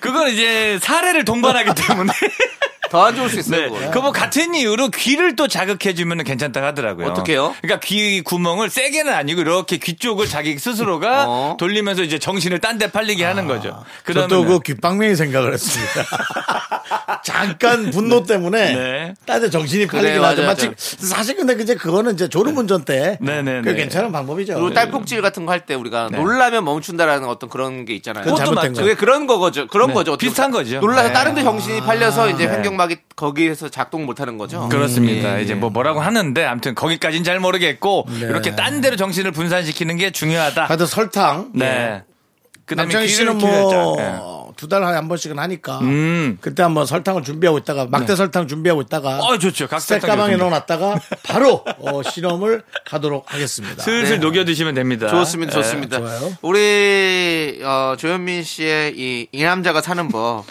S4: 그건 이제 사례를 동반하기 때문에.
S2: 더 안 좋을 수 있어요.
S4: 네.
S2: 그거는.
S4: 그 뭐 같은 이유로 귀를 또 자극해 주면 괜찮다 고 하더라고요.
S2: 어떡해요?
S4: 그러니까 귀 구멍을 세게는 아니고 이렇게 귀 쪽을 자기 스스로가
S2: 어. 아.
S4: 돌리면서 이제 정신을 딴 데 팔리게 하는 거죠.
S1: 저 또 그 귓방맹이 생각을 했습니다. 잠깐 분노 때문에
S4: 네.
S1: 딴데 정신이
S2: 그래,
S1: 팔리긴 하죠.
S2: 맞아요,
S1: 마치 사실 근데 이제 그거는 이제 졸음운전 때
S4: 네, 네,
S1: 그게
S4: 네.
S1: 괜찮은 방법이죠.
S2: 그리고 딸꾹질 같은 거 할 때 우리가 놀라면 멈춘다라는 어떤 그런 게 있잖아요.
S1: 그건
S4: 잘못된
S2: 맞죠.
S4: 거예요.
S2: 그게 그런 거죠. 그런
S4: 네,
S2: 거죠. 어떻게
S4: 비슷한
S2: 보면.
S4: 거죠.
S2: 놀라서
S4: 네. 아,
S2: 다른 데 정신이 팔려서 이제 횡격막이 거기에서 작동 못 하는 거죠.
S4: 그렇습니다.
S2: 예,
S4: 이제
S2: 예.
S4: 뭐 뭐라고 하는데 아무튼 거기까지는 잘 모르겠고 이렇게 딴 데로 정신을 분산시키는 게 중요하다.
S1: 네. 하여튼 설탕.
S4: 네. 그다음에
S1: 남창희
S4: 귀를
S1: 씨는
S4: 키워야죠. 예.
S1: 뭐 두 달에 한 번씩은 하니까
S4: 음.
S1: 그때 한번 설탕을 준비하고 있다가 막대 설탕 준비하고 있다가
S4: 어, 좋죠. 각
S1: 색
S4: 설탕
S1: 가방에
S4: 좋습니다.
S1: 넣어놨다가 바로 어, 실험을 가도록 하겠습니다.
S4: 슬슬 녹여 드시면 됩니다.
S2: 좋습니다,
S4: 예.
S2: 좋습니다.
S1: 좋아요.
S2: 우리 어, 조현민 씨의 이, 이 남자가 사는 법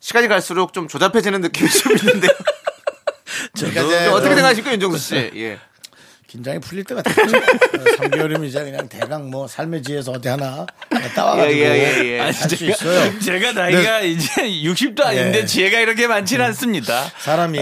S2: 시간이 갈수록 좀 조잡해지는 느낌이 좀 있는데요.
S1: 그러니까
S2: 좀
S1: 이제
S2: 어떻게
S1: 좀
S2: 생각하십니까, 윤정수 씨? 예.
S1: 긴장이 풀릴 때가 됐죠. 3개월이면 이제 그냥 대강 뭐 삶의 지에서 어디 하나 따와가지고
S2: 예, 예, 예, 예.
S4: 아니,
S1: 할 수
S4: 제가,
S1: 있어요. 네.
S4: 제가 나이가 이제 60도 아닌데
S1: 예.
S4: 지혜가 이렇게 많지는 않습니다.
S1: 사람이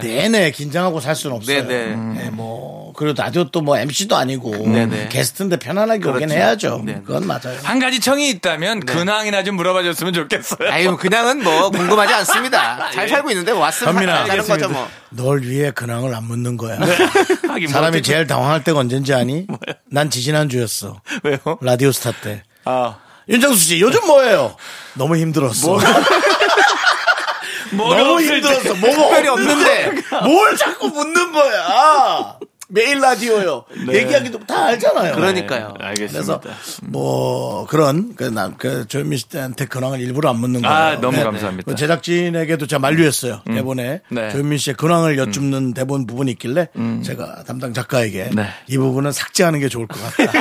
S1: 내내 긴장하고 살 수는 없어요.
S2: 네, 네.
S1: 음. 예, 뭐 그리고 라디오 또 뭐 MC도 아니고
S2: 네.
S1: 게스트인데 편안하게 오긴 해야죠. 그건 맞아요.
S4: 한 가지 청이 있다면
S1: 네.
S4: 근황이나 좀 물어봐 줬으면 좋겠어요.
S2: 아유, 그냥은 뭐 궁금하지 않습니다. 잘 살고 있는데 뭐 왔으면
S1: 현민아,
S2: 다른 거죠, 뭐.
S1: 널 위해 근황을 안 묻는 거야.
S4: 하긴
S1: 사람이
S4: 뭐
S1: 제일 당황할 때가 언젠지 아니? 난 지지난 주였어.
S4: 왜요?
S1: 라디오 스타 때.
S4: 아,
S1: 윤정수 씨 요즘 뭐예요? 너무 힘들었어. 뭐,
S4: 뭐가
S1: 너무
S4: 없을 때.
S1: 힘들었어. 뭐가
S2: 특별히
S1: 없는데. 뭘 자꾸 묻는 거야. 매일 라디오요. 얘기하기도 다 알잖아요.
S2: 그러니까요.
S4: 네, 알겠습니다.
S1: 그래서 뭐 그런 그난 그 조현민 씨 때한테 근황을 일부러 안 묻는 거예요.
S4: 아, 너무 감사합니다.
S1: 그 제작진에게도 제가 만류했어요 대본에
S4: 네. 음.
S1: 조현민 씨의 근황을 여쭙는 대본 부분이 있길래 제가 담당 작가에게
S4: 네.
S1: 이 부분은 삭제하는 게 좋을 것 같다.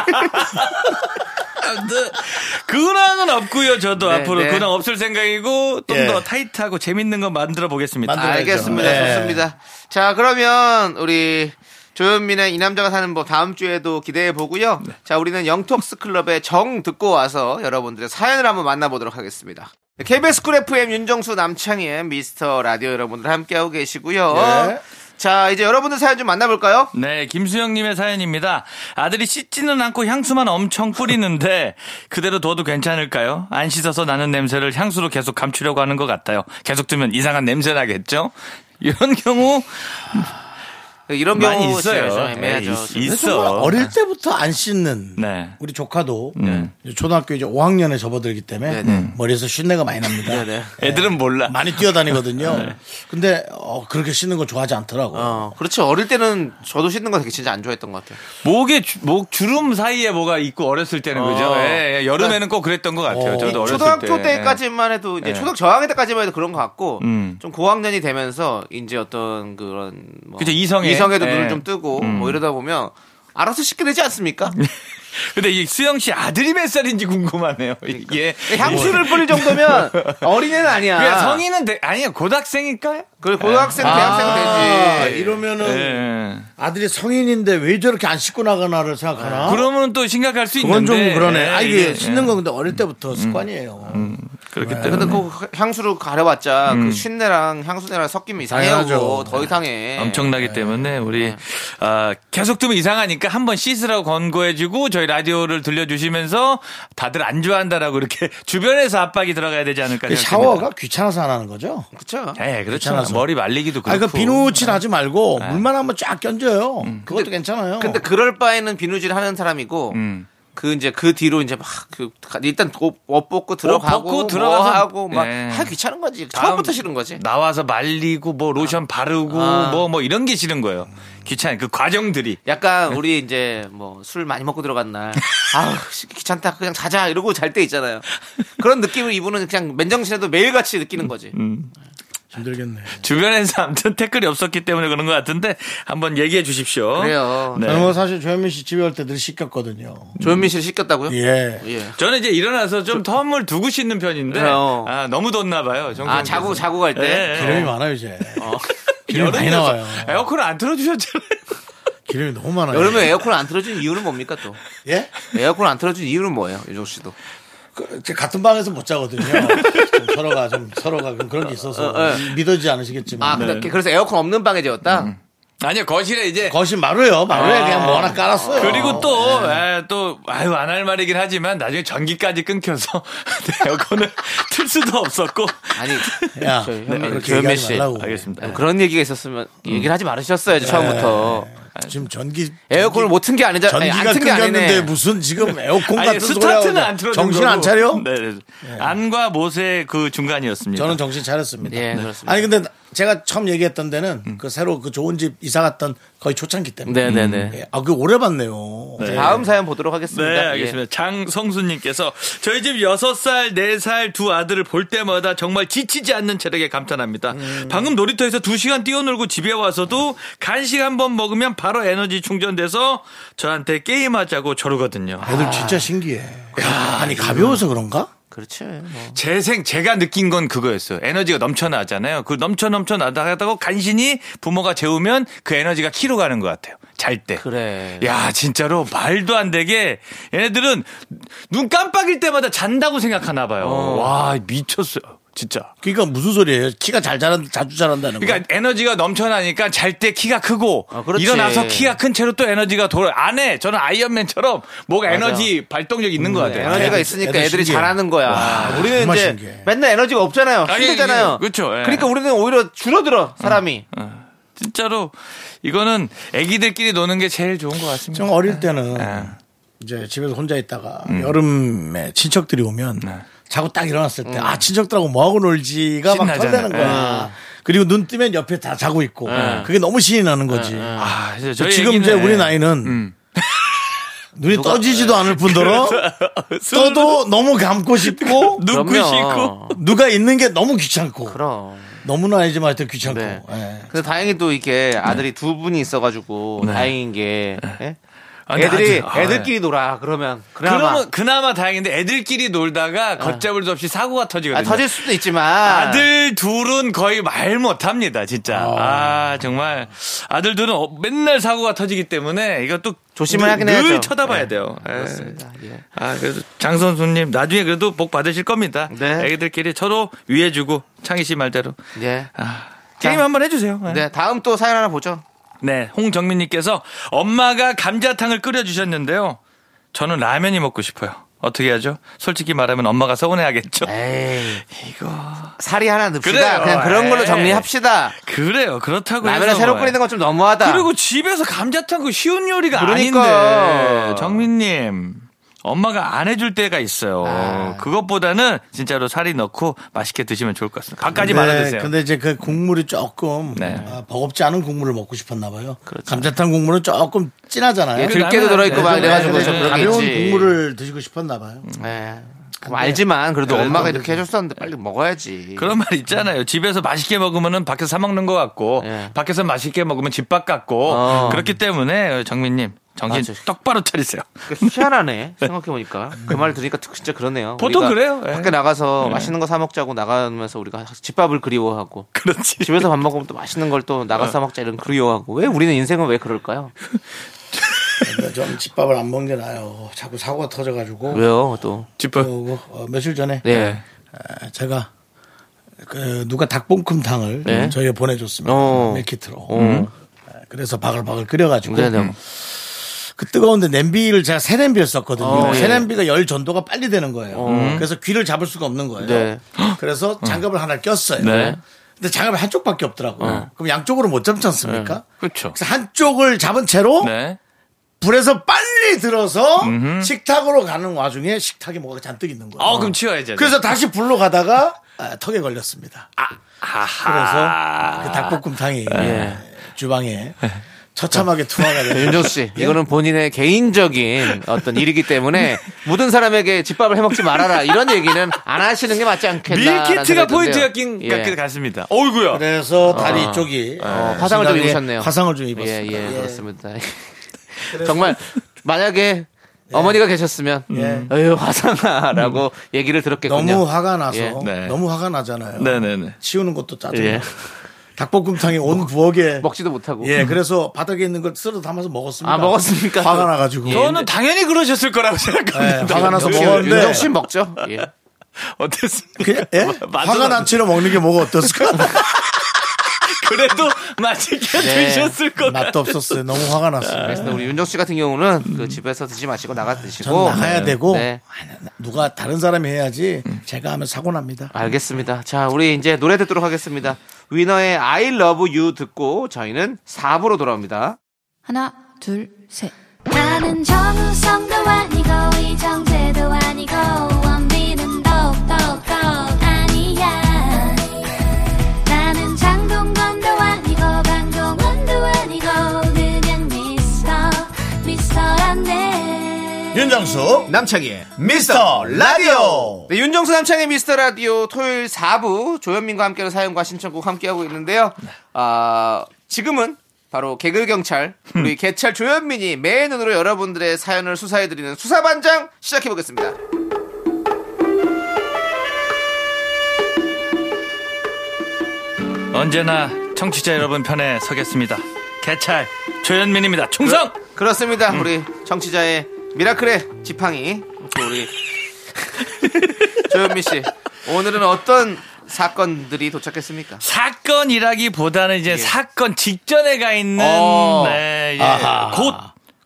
S4: 근황은 없고요. 저도
S2: 네,
S4: 앞으로
S2: 네.
S4: 근황 없을 생각이고 좀
S1: 예.
S4: 더 타이트하고 재밌는 거 만들어 보겠습니다.
S1: 만들어야죠.
S2: 알겠습니다.
S1: 네.
S2: 좋습니다. 자, 그러면 우리 조현민의 이 남자가 사는 법 다음 주에도 기대해 보고요.
S4: 네.
S2: 자, 우리는 영톡스 클럽의 정 듣고 와서 여러분들의 사연을 한번 만나보도록 하겠습니다. 네, KBS 쿨 FM 윤정수 남창희의 미스터 라디오 여러분들 함께하고 계시고요.
S1: 예.
S2: 자, 이제 여러분들 사연 좀 만나볼까요?
S4: 네, 김수영님의 사연입니다. 아들이 씻지는 않고 향수만 엄청 뿌리는데 그대로 둬도 괜찮을까요? 안 씻어서 나는 냄새를 향수로 계속 감추려고 하는 것 같아요. 계속 두면 이상한 냄새 나겠죠? 이런 경우
S2: 이런 경우
S4: 많이 있어요.
S2: 진짜 그렇죠. 좀
S4: 네,
S2: 애매하죠.
S4: 있-
S1: 정말
S4: 있어.
S1: 뭐 어릴 때부터 안 씻는
S4: 네. 네,
S1: 우리 조카도 이제 초등학교 이제 5학년에 접어들기 때문에 음, 머리에서 쉰내가 많이 납니다. 네.
S4: 애들은 네. 몰라.
S1: 많이 뛰어다니거든요. 근데 어, 그렇게 씻는 걸 좋아하지 않더라고. 요
S2: 어, 그렇죠. 어릴 때는 저도 씻는 거 되게 진짜 안 좋아했던 것 같아요.
S4: 목에 주- 목 주름 사이에 뭐가 있고 어렸을 때는 그죠? 예, 예. 여름에는 꼭 그랬던 것 같아요. 저도 어렸을
S2: 초등학교
S4: 때.
S2: 때까지만 해도 이제
S4: 예.
S2: 초등 저학년 때까지만 해도 그런 것 같고
S4: 음.
S2: 좀 고학년이 되면서 이제 어떤 그런 뭐
S4: 그쵸, 이성에.
S2: 도
S4: 예.
S2: 눈을 좀 뜨고 뭐 이러다 보면 알아서 씻게 되지 않습니까?
S4: 예. 근데 이 수영 씨 아들이 몇 살인지 궁금하네요. 이게
S2: 그러니까. 예, 향수를 뿌릴 정도면 어린애는
S4: 그냥
S2: 아니야.
S4: 성인은 아. 되- 아니야 고등학생일까요?
S2: 그 고등학생, 대학생 되지.
S1: 아, 이러면은
S4: 예.
S1: 아들이 성인인데 왜 저렇게 안 씻고 나가나를 생각하나?
S4: 그러면 또 심각할 수
S1: 어? 그건 좀
S4: 있는데.
S1: 그러네. 아 이게
S4: 예,
S1: 씻는
S4: 예.
S1: 건 근데 어릴
S2: 음.
S1: 때부터 습관이에요.
S4: 그렇기
S2: 근데
S4: 때문에.
S2: 그 향수로 가려봤자
S4: 음.
S2: 그 쉰내랑 향수내랑 섞이면 이상해요.
S1: 당연하죠.
S2: 더 이상해.
S4: 예. 엄청나기 때문에 우리 아, 계속 두면 이상하니까 한번 씻으라고 권고해주고 저희 라디오를 들려주시면서 다들 안 좋아한다라고 이렇게 주변에서 압박이 들어가야 되지 않을까
S1: 근데
S4: 생각합니다.
S1: 샤워가 귀찮아서 안 하는 거죠?
S2: 그렇죠.
S4: 예, 그렇죠.
S1: 귀찮아서.
S4: 머리 말리기도
S1: 아,
S4: 그렇고.
S1: 그 비누칠
S2: 음.
S1: 하지 말고 물만 한번 쫙 견져요. 그것도 괜찮아요.
S2: 근데 그럴 바에는 비누질 하는 사람이고
S4: 음.
S2: 그 이제 그 뒤로 이제 막 그 일단 옷, 옷 벗고 들어가고
S4: 벗고 들어가서-
S2: 뭐 하고 막
S4: 예.
S2: 하 귀찮은 거지 처음부터 싫은 거지.
S4: 나와서 말리고 뭐 로션 바르고 뭐
S2: 아.
S4: 뭐 이런 게 싫은 거예요. 귀찮아. 그 과정들이. 네.
S2: 약간 우리 이제 뭐 술 많이 먹고 들어간 날 아우 씨, 귀찮다 그냥 자자 이러고 잘 때 있잖아요. 그런 느낌을 이분은 그냥 맨정신에도 매일같이 느끼는 거지.
S4: 음.
S1: 힘들겠네.
S4: 주변에서 아무튼 댓글이 없었기 때문에 그런 것 같은데 한번 얘기해 주십시오.
S2: 그래요.
S4: 네.
S1: 저는 뭐 사실 조현민 씨 집에 올 때 늘 씻겼거든요.
S2: 조현민 씨를 씻겼다고요?
S1: 예.
S2: 예.
S4: 저는 이제 일어나서 좀 텀을 두고 씻는 편인데
S1: 어.
S2: 그래요.
S4: 아, 너무 덥나 봐요.
S2: 아 자고 자고 갈 때.
S1: 기름이 많아요 이제.
S2: 어.
S1: 기름이 많이
S4: 여름이라서
S1: 나와요.
S4: 에어컨을 안 틀어주셨잖아요.
S1: 기름이 너무 많아요.
S2: 여름에 에어컨 안 틀어준 이유는 뭡니까 또?
S1: 예?
S2: 에어컨 안 틀어준 이유는 뭐예요, 유정 씨도?
S1: 그, 제 같은 방에서 못 자거든요. 좀 서로가 좀 서로가 좀 그런 게 있어서
S2: 어,
S1: 믿어지지 않으시겠지만.
S2: 아, 그렇게 그래서 에어컨 없는 방에 재웠다.
S4: 음. 아니요 거실에 이제
S1: 거실 마루요. 마루에 그냥 뭐 하나 깔았어요. 네.
S4: 그리고 또, 에, 또, 아유, 안 할 말이긴 하지만 나중에 전기까지 끊겨서 네, 에어컨을 틀 수도 없었고.
S2: 아니,
S1: 야,
S2: 저 현미-
S1: 그렇게
S2: 조현미
S1: 얘기하지
S2: 씨.
S1: 말라고.
S4: 알겠습니다.
S2: 그런 얘기가 있었으면
S1: 음.
S2: 얘기를 하지 말으셨어야지 처음부터.
S1: 아, 지금 네. 전기
S2: 에어컨을 못 튼 게 아니잖아. 아니,
S1: 전기가
S2: 안 튼 게
S1: 끊겼는데
S2: 아니네.
S1: 무슨 지금 에어컨
S4: 아니,
S1: 같은 소리 하고
S4: 스타트는 안 틀어준
S1: 정신
S4: 거고.
S1: 안 차려?
S4: 네, 네. 안과 못의 그 중간이었습니다.
S1: 저는 정신 차렸습니다. 네.
S2: 예, 그렇습니다.
S1: 아니 근데 제가 처음 얘기했던 데는 그 새로 그 좋은 집 이사 갔던 거의 초창기 때문에.
S2: 네, 네, 네.
S1: 예, 아, 그 오래 봤네요.
S2: 다음 사연 보도록 하겠습니다.
S4: 네,
S2: 예.
S4: 알겠습니다. 장성수님께서 저희 집 6살, 4살 두 아들을 볼 때마다 정말 지치지 않는 체력에 감탄합니다. 방금 놀이터에서 2시간 뛰어놀고 집에 와서도 간식 한 번 먹으면 바로 에너지 충전돼서 저한테 게임하자고 저러거든요.
S1: 애들 진짜 신기해. 아니 가벼워서 그런가?
S2: 그렇지. 뭐.
S4: 제 생, 제가 느낀 건 그거였어요. 에너지가 넘쳐나잖아요. 그 넘쳐 넘쳐나다 하다가 간신히 부모가 재우면 그 에너지가 키로 가는 것 같아요. 잘 때.
S2: 그래.
S4: 야, 진짜로 말도 안 되게 얘네들은 눈 깜빡일 때마다 잔다고 생각하나 봐요.
S2: 어.
S4: 와, 미쳤어요. 진짜.
S1: 그러니까 무슨 소리예요? 키가 잘 자란 자주 자란다는 거.
S4: 그러니까 에너지가 넘쳐나니까 잘 때 키가 크고
S2: 뭐? 아, 그렇지.
S4: 일어나서 키가 큰 채로 또 에너지가 돌아 안에 저는 아이언맨처럼 뭐가 에너지 발동력 있는 것 같아요.
S2: 음, 에너지가
S1: 예. 애들-
S2: 있으니까
S1: 애들
S2: 애들이
S1: 신기해.
S2: 잘하는 거야. 우리는
S1: 정말
S2: 이제
S1: 신기해.
S2: 맨날 에너지가 없잖아요.
S4: 아니,
S2: 힘들잖아요.
S4: 이게- 그렇죠, 예.
S2: 그러니까 우리는 오히려 줄어들어 사람이.
S1: 음.
S4: 진짜로 이거는 애기들끼리 노는 게 제일 좋은 것 같습니다. 네. 음. 네.
S1: 좀 어릴 때는 이제 집에서 혼자 있다가 여름에 친척들이 오면 자고 딱 일어났을
S2: 음.
S1: 때, 아, 친척들하고 뭐하고 놀지가 막
S4: 신나잖아.
S1: 설레는
S4: 네.
S1: 거야. 그리고 눈 뜨면 옆에 다 자고 있고, 그게 너무 신이 나는 거지. 그
S4: 아, 이제 네. 저희
S1: 지금
S4: 얘기는 음.
S1: 이제 우리 나이는 눈이 떠지지도 않을 뿐더러
S4: 술-
S1: 떠도 너무 감고 싶고
S4: 눕고
S2: 그럼요.
S4: 싶고
S1: 누가 있는 게 너무 귀찮고
S2: 그럼.
S1: 너무나 알지만 하여튼 귀찮고
S2: 네.
S1: 예.
S2: 근데 다행히 또
S1: 네.
S2: 이렇게 아들이 두 분이 있어가지고 다행인 게 예?
S4: 아, 근데
S2: 애들이
S4: 아들- 아,
S2: 애들끼리
S1: 네.
S2: 놀아 그러면 그나마
S4: 그러면 그나마 다행인데 애들끼리 놀다가 걷잡을 수 없이 사고가
S2: 아,
S4: 터지거든요.
S2: 터질 수도 있지만
S4: 아들 둘은 거의 말 못합니다, 진짜. 아, 정말. 아들 둘은 어- 맨날 사고가 터지기 때문에 이것도
S2: 조심을
S4: 늘-
S2: 하긴
S4: 늘
S2: 해야죠.
S4: 쳐다봐야
S2: 네,
S4: 돼요. 예.
S2: 그렇습니다. 예.
S4: 아, 그래서 장선수님, 나중에 그래도 복 받으실 겁니다.
S2: 네.
S4: 애기들끼리 서로 위해주고, 창희 씨 말대로.
S2: 예.
S4: 아, 게임 한번 해주세요. 예.
S2: 네 다음 또 사연 하나 보죠.
S4: 네, 홍정민님께서 엄마가 감자탕을 끓여주셨는데요. 저는 라면이 먹고 싶어요. 어떻게 하죠? 솔직히 말하면 엄마가 서운해하겠죠.
S2: 네. 에이
S4: 이거
S2: 살이 하나 늡시다.
S4: 그래요.
S2: 그냥 그런 걸로
S4: 에이.
S2: 정리합시다.
S4: 그래요. 그렇다고
S2: 라면을
S4: 해서
S2: 새로
S4: 뭐-
S2: 끓이는 건 좀 너무하다.
S4: 그리고 집에서 감자탕 그 쉬운 요리가
S2: 그러니까.
S4: 아닌데 정민님 엄마가 안 해줄 때가 있어요.
S2: 아.
S4: 그것보다는 진짜로 살이 넣고 맛있게 드시면 좋을 것 같습니다. 밥까지 말아
S2: 네,
S1: 근데,
S4: 드세요.
S1: 근데 이제 그 국물이 조금
S4: 네.
S1: 아, 버겁지 않은 국물을 먹고 싶었나 봐요. 감자탕 국물은 조금 진하잖아요.
S2: 그렇죠. 예, 들깨도
S4: 라면은
S2: 들어있고 막
S4: 네,
S2: 이래가지고
S4: 네,
S2: 좀
S4: 네.
S2: 그런 게
S1: 가벼운
S2: 있지.
S1: 국물을 드시고 싶었나 봐요.
S2: 예. 그럼 알지만 그래도 엄마가 이렇게 해줬었는데 빨리 먹어야지.
S4: 네. 그런 말 있잖아요. 집에서 맛있게 먹으면은 밖에서 사 먹는 것 같고
S2: 예.
S4: 밖에서 맛있게 먹으면 집밥 같고
S2: 어.
S4: 그렇기 때문에 정민님 정신
S2: 맞아요.
S4: 똑바로 차리세요.
S2: 그러니까 희한하네 생각해보니까 그 말 들으니까 특- 진짜 그러네요
S4: 보통
S2: 우리가
S4: 그래요. 예.
S2: 밖에 나가서 맛있는 거 사 먹자고 나가면서 우리가 집밥을 그리워하고
S4: 그렇지.
S2: 집에서 밥 먹으면 또 맛있는 걸 또 나가서 사 먹자 이런 그리워하고 왜 우리는 인생은 왜 그럴까요
S1: 그러니까 좀 집밥을 안 먹는 게 나아요. 자꾸 사고가 터져가지고.
S2: 왜요 또
S4: 집밥.
S1: 그리고, 어, 며칠 전에
S2: 네.
S1: 아, 제가 그 누가 닭볶음탕을
S2: 네.
S1: 저희가 보내줬습니다.
S2: 어.
S1: 밀키트로.
S2: 어.
S1: 아, 그래서 바글바글 끓여가지고
S2: 네, 네.
S1: 그 뜨거운데 냄비를 제가 새 냄비를 썼거든요.
S2: 어, 예.
S1: 새 냄비가 열 전도가 빨리 되는 거예요.
S4: 어.
S1: 그래서 귀를 잡을 수가 없는 거예요.
S2: 네.
S1: 그래서 장갑을 하나 꼈어요.
S4: 네. 어.
S1: 근데 장갑이 한쪽밖에 없더라고요. 그럼 양쪽으로 못 잡지 않습니까?
S4: 그렇죠.
S1: 그래서 한쪽을 잡은 채로
S4: 네.
S1: 불에서 빨리 들어서 식탁으로 가는 와중에 식탁에 뭐가 잔뜩 있는 거예요.
S4: 어, 그럼 치워야죠.
S1: 그래서 다시 불로 가다가 아, 턱에 걸렸습니다.
S4: 아,
S1: 그래서 그 닭볶음탕이
S4: 예.
S1: 주방에 처참하게 투하가 됐어요.
S2: 윤정수 씨,
S1: 예?
S2: 이거는 본인의 개인적인 어떤 일이기 때문에 모든 사람에게 집밥을 해먹지 말아라 이런 얘기는 안 하시는 게 맞지 않겠나.
S4: 밀키트가 그 포인트였긴
S2: 예.
S4: 것 같습니다. 어이구야.
S1: 그래서 다리 쪽이
S2: 어, 화상을 좀 입으셨네요.
S1: 화상을 좀 입었습니다.
S2: 예, 예, 그렇습니다. 정말
S1: 예.
S2: 만약에 어머니가 계셨으면 어휴 화상아라고 얘기를 들었겠군요.
S1: 음. 너무 화가 나서
S2: 예,
S4: 네.
S1: 너무 화가 나잖아요.
S4: 네네네.
S1: 치우는 것도 짜증.
S2: 예.
S1: 요 닭볶음탕이 온 부엌에
S2: 먹지도 못하고.
S1: 예, 그래서 바닥에 있는 걸 쓸어 담아서 먹었습니다.
S2: 아, 먹었습니까?
S1: 화가 나가지고.
S4: 저는 뭐 당연히 그러셨을 거라고
S1: 예,
S4: 생각합니다.
S1: 화가 나서
S2: 윤정-
S1: 먹었는데
S2: 음, 윤정 씨 먹죠. 예.
S4: 어땠습니까?
S1: 그냥, 예?
S4: 맞아,
S1: 화가 난 채로 먹는 게 뭐가 어떻습니까?
S4: 그래도 맛있게
S2: 네.
S4: 드셨을 거
S1: 맛도 없었어요. 너무 화가 났어요.
S2: 그래서 우리 윤정 씨 같은 경우는 그 집에서 드지 마시고 나가 드시고
S1: 전 나가야 되고
S2: 네.
S1: 누가 다른 사람이 해야지 제가 하면 사고 납니다.
S2: 알겠습니다. 자, 우리 이제 노래 듣도록 하겠습니다. 위너의 I love you 듣고 저희는 4부로 돌아옵니다.
S8: 하나, 둘, 셋.
S6: 나는 정우성도 아니고 이정재도 아니고 원빈은 더욱더 아니야 나는 장동건도 아니고 강동원도 아니고 그냥 미스터 미스터란데
S1: 윤정수 남창희 미스터 라디오
S2: 네, 윤정수 남창의 미스터 라디오 토요일 4부 조현민과 함께하는 사연과 신청곡 함께하고 있는데요. 아, 지금은 바로 개그 경찰 우리 개찰 조현민이 매의 눈으로 여러분들의 사연을 수사해 드리는 수사 반장 시작해 보겠습니다.
S4: 언제나 청취자 여러분 편에 서겠습니다. 개찰 조현민입니다. 충성.
S2: 그렇습니다.
S4: 음.
S2: 우리 정치자의 미라클의 지팡이 또 우리 조현민 씨 오늘은 어떤 사건들이 도착했습니까?
S4: 사건이라기보다는 이제 사건 직전에 가 있는
S2: 예. 어.
S4: 네, 예. 곧.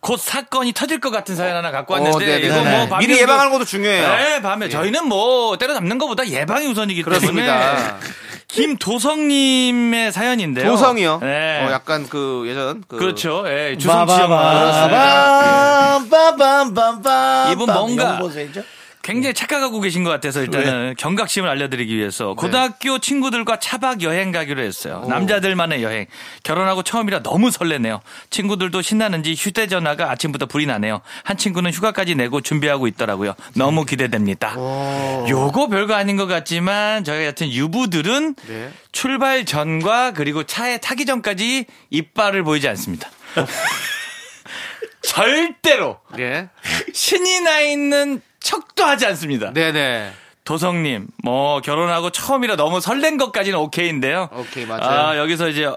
S4: 곧 사건이 터질 것 같은 사연 하나 갖고
S2: 어,
S4: 왔는데
S2: 네네네.
S4: 이거 뭐 밤에
S2: 미리 예방하는 것도 중요해요. 예.
S4: 네, 밤에 저희는 뭐 때려잡는 것보다 예방이 우선이기
S2: 그렇습니다.
S4: 때문에 김도성님의 사연인데요.
S2: 도성이요.
S4: 네.
S2: 어, 약간 그 예전 그
S4: 그렇죠. 예, 주성치 형아.
S1: 빠바밤 빠밤밤밤
S4: 이분 뭔가
S1: 보세요.
S4: 굉장히 착각하고 계신 것 같아서 일단은 경각심을 알려드리기 위해서 고등학교 친구들과 차박 여행 가기로 했어요. 남자들만의 여행. 결혼하고 처음이라 너무 설레네요. 친구들도 신나는지 휴대전화가 아침부터 불이 나네요. 한 친구는 휴가까지 내고 준비하고 있더라고요. 너무 기대됩니다. 요거 별거 아닌 것 같지만 저희 같은 유부들은
S2: 네.
S4: 출발 전과 그리고 차에 타기 전까지 이빨을 보이지 않습니다. 절대로
S2: 네.
S4: 신이 나 있는 척도 하지 않습니다.
S2: 네네.
S4: 도성님, 뭐 결혼하고 처음이라 너무 설렌 것까지는 오케이인데요.
S2: 오케이, 맞아요.
S4: 아, 여기서 이제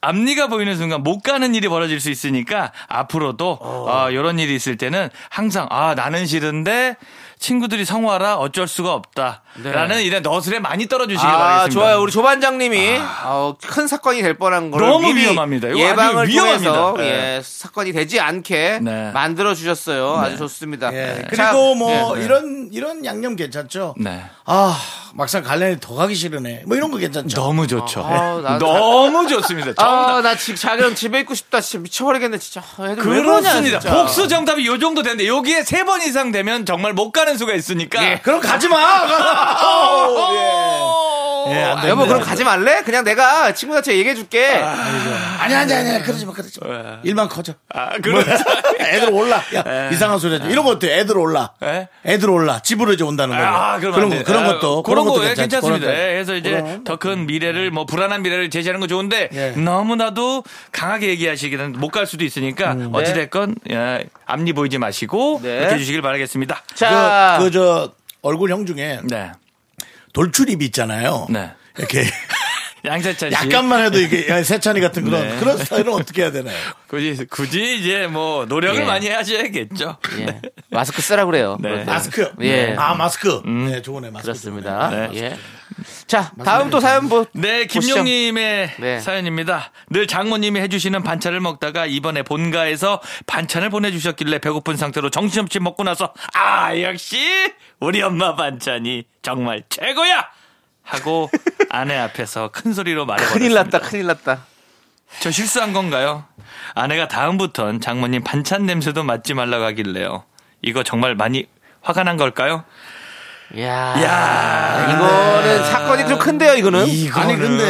S4: 앞니가 보이는 순간 못 가는 일이 벌어질 수 있으니까 앞으로도
S2: 어.
S4: 아, 이런 일이 있을 때는 항상 아 나는 싫은데 친구들이 성화라 어쩔 수가 없다라는 이런 너스레 많이 떨어주시길
S2: 네. 아,
S4: 바라겠습니다.
S2: 좋아요. 우리 조반장님이 어, 큰 사건이 될 뻔한 걸
S4: 너무
S2: 미리
S4: 위험합니다. 이거 아주
S2: 예방을
S4: 위험합니다.
S2: 통해서
S4: 네.
S2: 예, 사건이 되지 않게
S4: 네.
S2: 만들어 주셨어요. 아주 좋습니다.
S1: 예.
S2: 자,
S1: 그리고 뭐
S2: 예.
S1: 이런 이런 양념 괜찮죠?
S4: 네.
S1: 아 막상 갈래니 더 가기 싫으네. 뭐 이런 거 괜찮죠?
S4: 너무 좋죠.
S2: 아, 나-
S4: 너무 좋습니다.
S2: 아, 나 지금 자기랑 집에 있고 싶다. 진짜 미쳐버리겠네, 진짜. 아, 애들 왜 그러냐,
S4: 그렇습니다.
S2: 진짜.
S4: 복수 정답이 요 정도 되는데 여기에 세 번 이상 되면 정말 못 가는 수가 있으니까
S2: 예.
S1: 그럼 가지 마. 어, 예. 예, 안
S2: 아,
S4: 어,
S1: 됩니다.
S2: 여보, 그럼 가지 말래? 그냥 내가 친구한테 얘기해 줄게.
S1: 아니 아니 아니 그러지 마 그러지 마. 일만 커져.
S4: 아, 그렇죠.
S2: 뭐,
S1: 애들 올라. 야,
S4: 예.
S1: 이상한 소리 하지. 이런 거 어때? 애들 올라.
S4: 에?
S1: 애들 올라. 집으로 이제 온다는 거.
S4: 예? 아,
S1: 네.
S4: 그럼
S1: 그런
S4: 안
S1: 거,
S4: 돼.
S1: 그런
S4: 아,
S1: 것도
S4: 그런 거
S1: 것도
S4: 예,
S1: 그런
S4: 괜찮습니다.
S1: 거.
S4: 예, 그래서 이제 더 큰 미래를 뭐 불안한 미래를 제시하는 거 좋은데
S1: 예.
S4: 너무나도 강하게 얘기하시기는 못 갈 수도 있으니까
S1: 음. 네.
S4: 어찌 됐건 예, 앞니 보이지 마시고
S2: 네.
S4: 이렇게 해 주시길 바라겠습니다.
S2: 자,
S1: 그, 그, 저, 얼굴형 중에
S4: 네.
S1: 돌출입 있잖아요.
S4: 네.
S1: 이렇게.
S4: 양세찬 씨.
S1: 약간만 해도 이게 세찬이 같은 그런,
S4: 네.
S1: 그런 스타일은 어떻게 해야 되나요?
S4: 굳이 굳이 이제 뭐 노력을
S2: 예.
S4: 많이 하셔야겠죠.
S2: 예. 마스크 쓰라 그래요.
S4: 네.
S1: 마스크.
S2: 예.
S1: 아, 마스크. 네, 좋으네, 마스크.
S2: 그렇습니다.
S4: 네.
S2: 예. 자, 다음 또 사연 보.
S4: 네,
S2: 보시죠.
S4: 김용님의
S2: 네.
S4: 사연입니다. 늘 장모님이 해주시는 반찬을 먹다가 이번에 본가에서 반찬을 보내주셨길래 배고픈 상태로 정신없이 먹고 나서 아 역시 우리 엄마 반찬이 정말 최고야 하고 아내 앞에서 큰 소리로 말해버렸습니다.
S2: 큰일 났다, 큰일 났다.
S4: 저 실수한 건가요? 아내가 다음부턴 장모님 반찬 냄새도 맡지 말라고 하길래요. 이거 정말 많이 화가 난 걸까요?
S2: 이야.
S1: 아.
S2: 이거는 사건이 좀 큰데요, 이거는.
S1: 아니, 근데.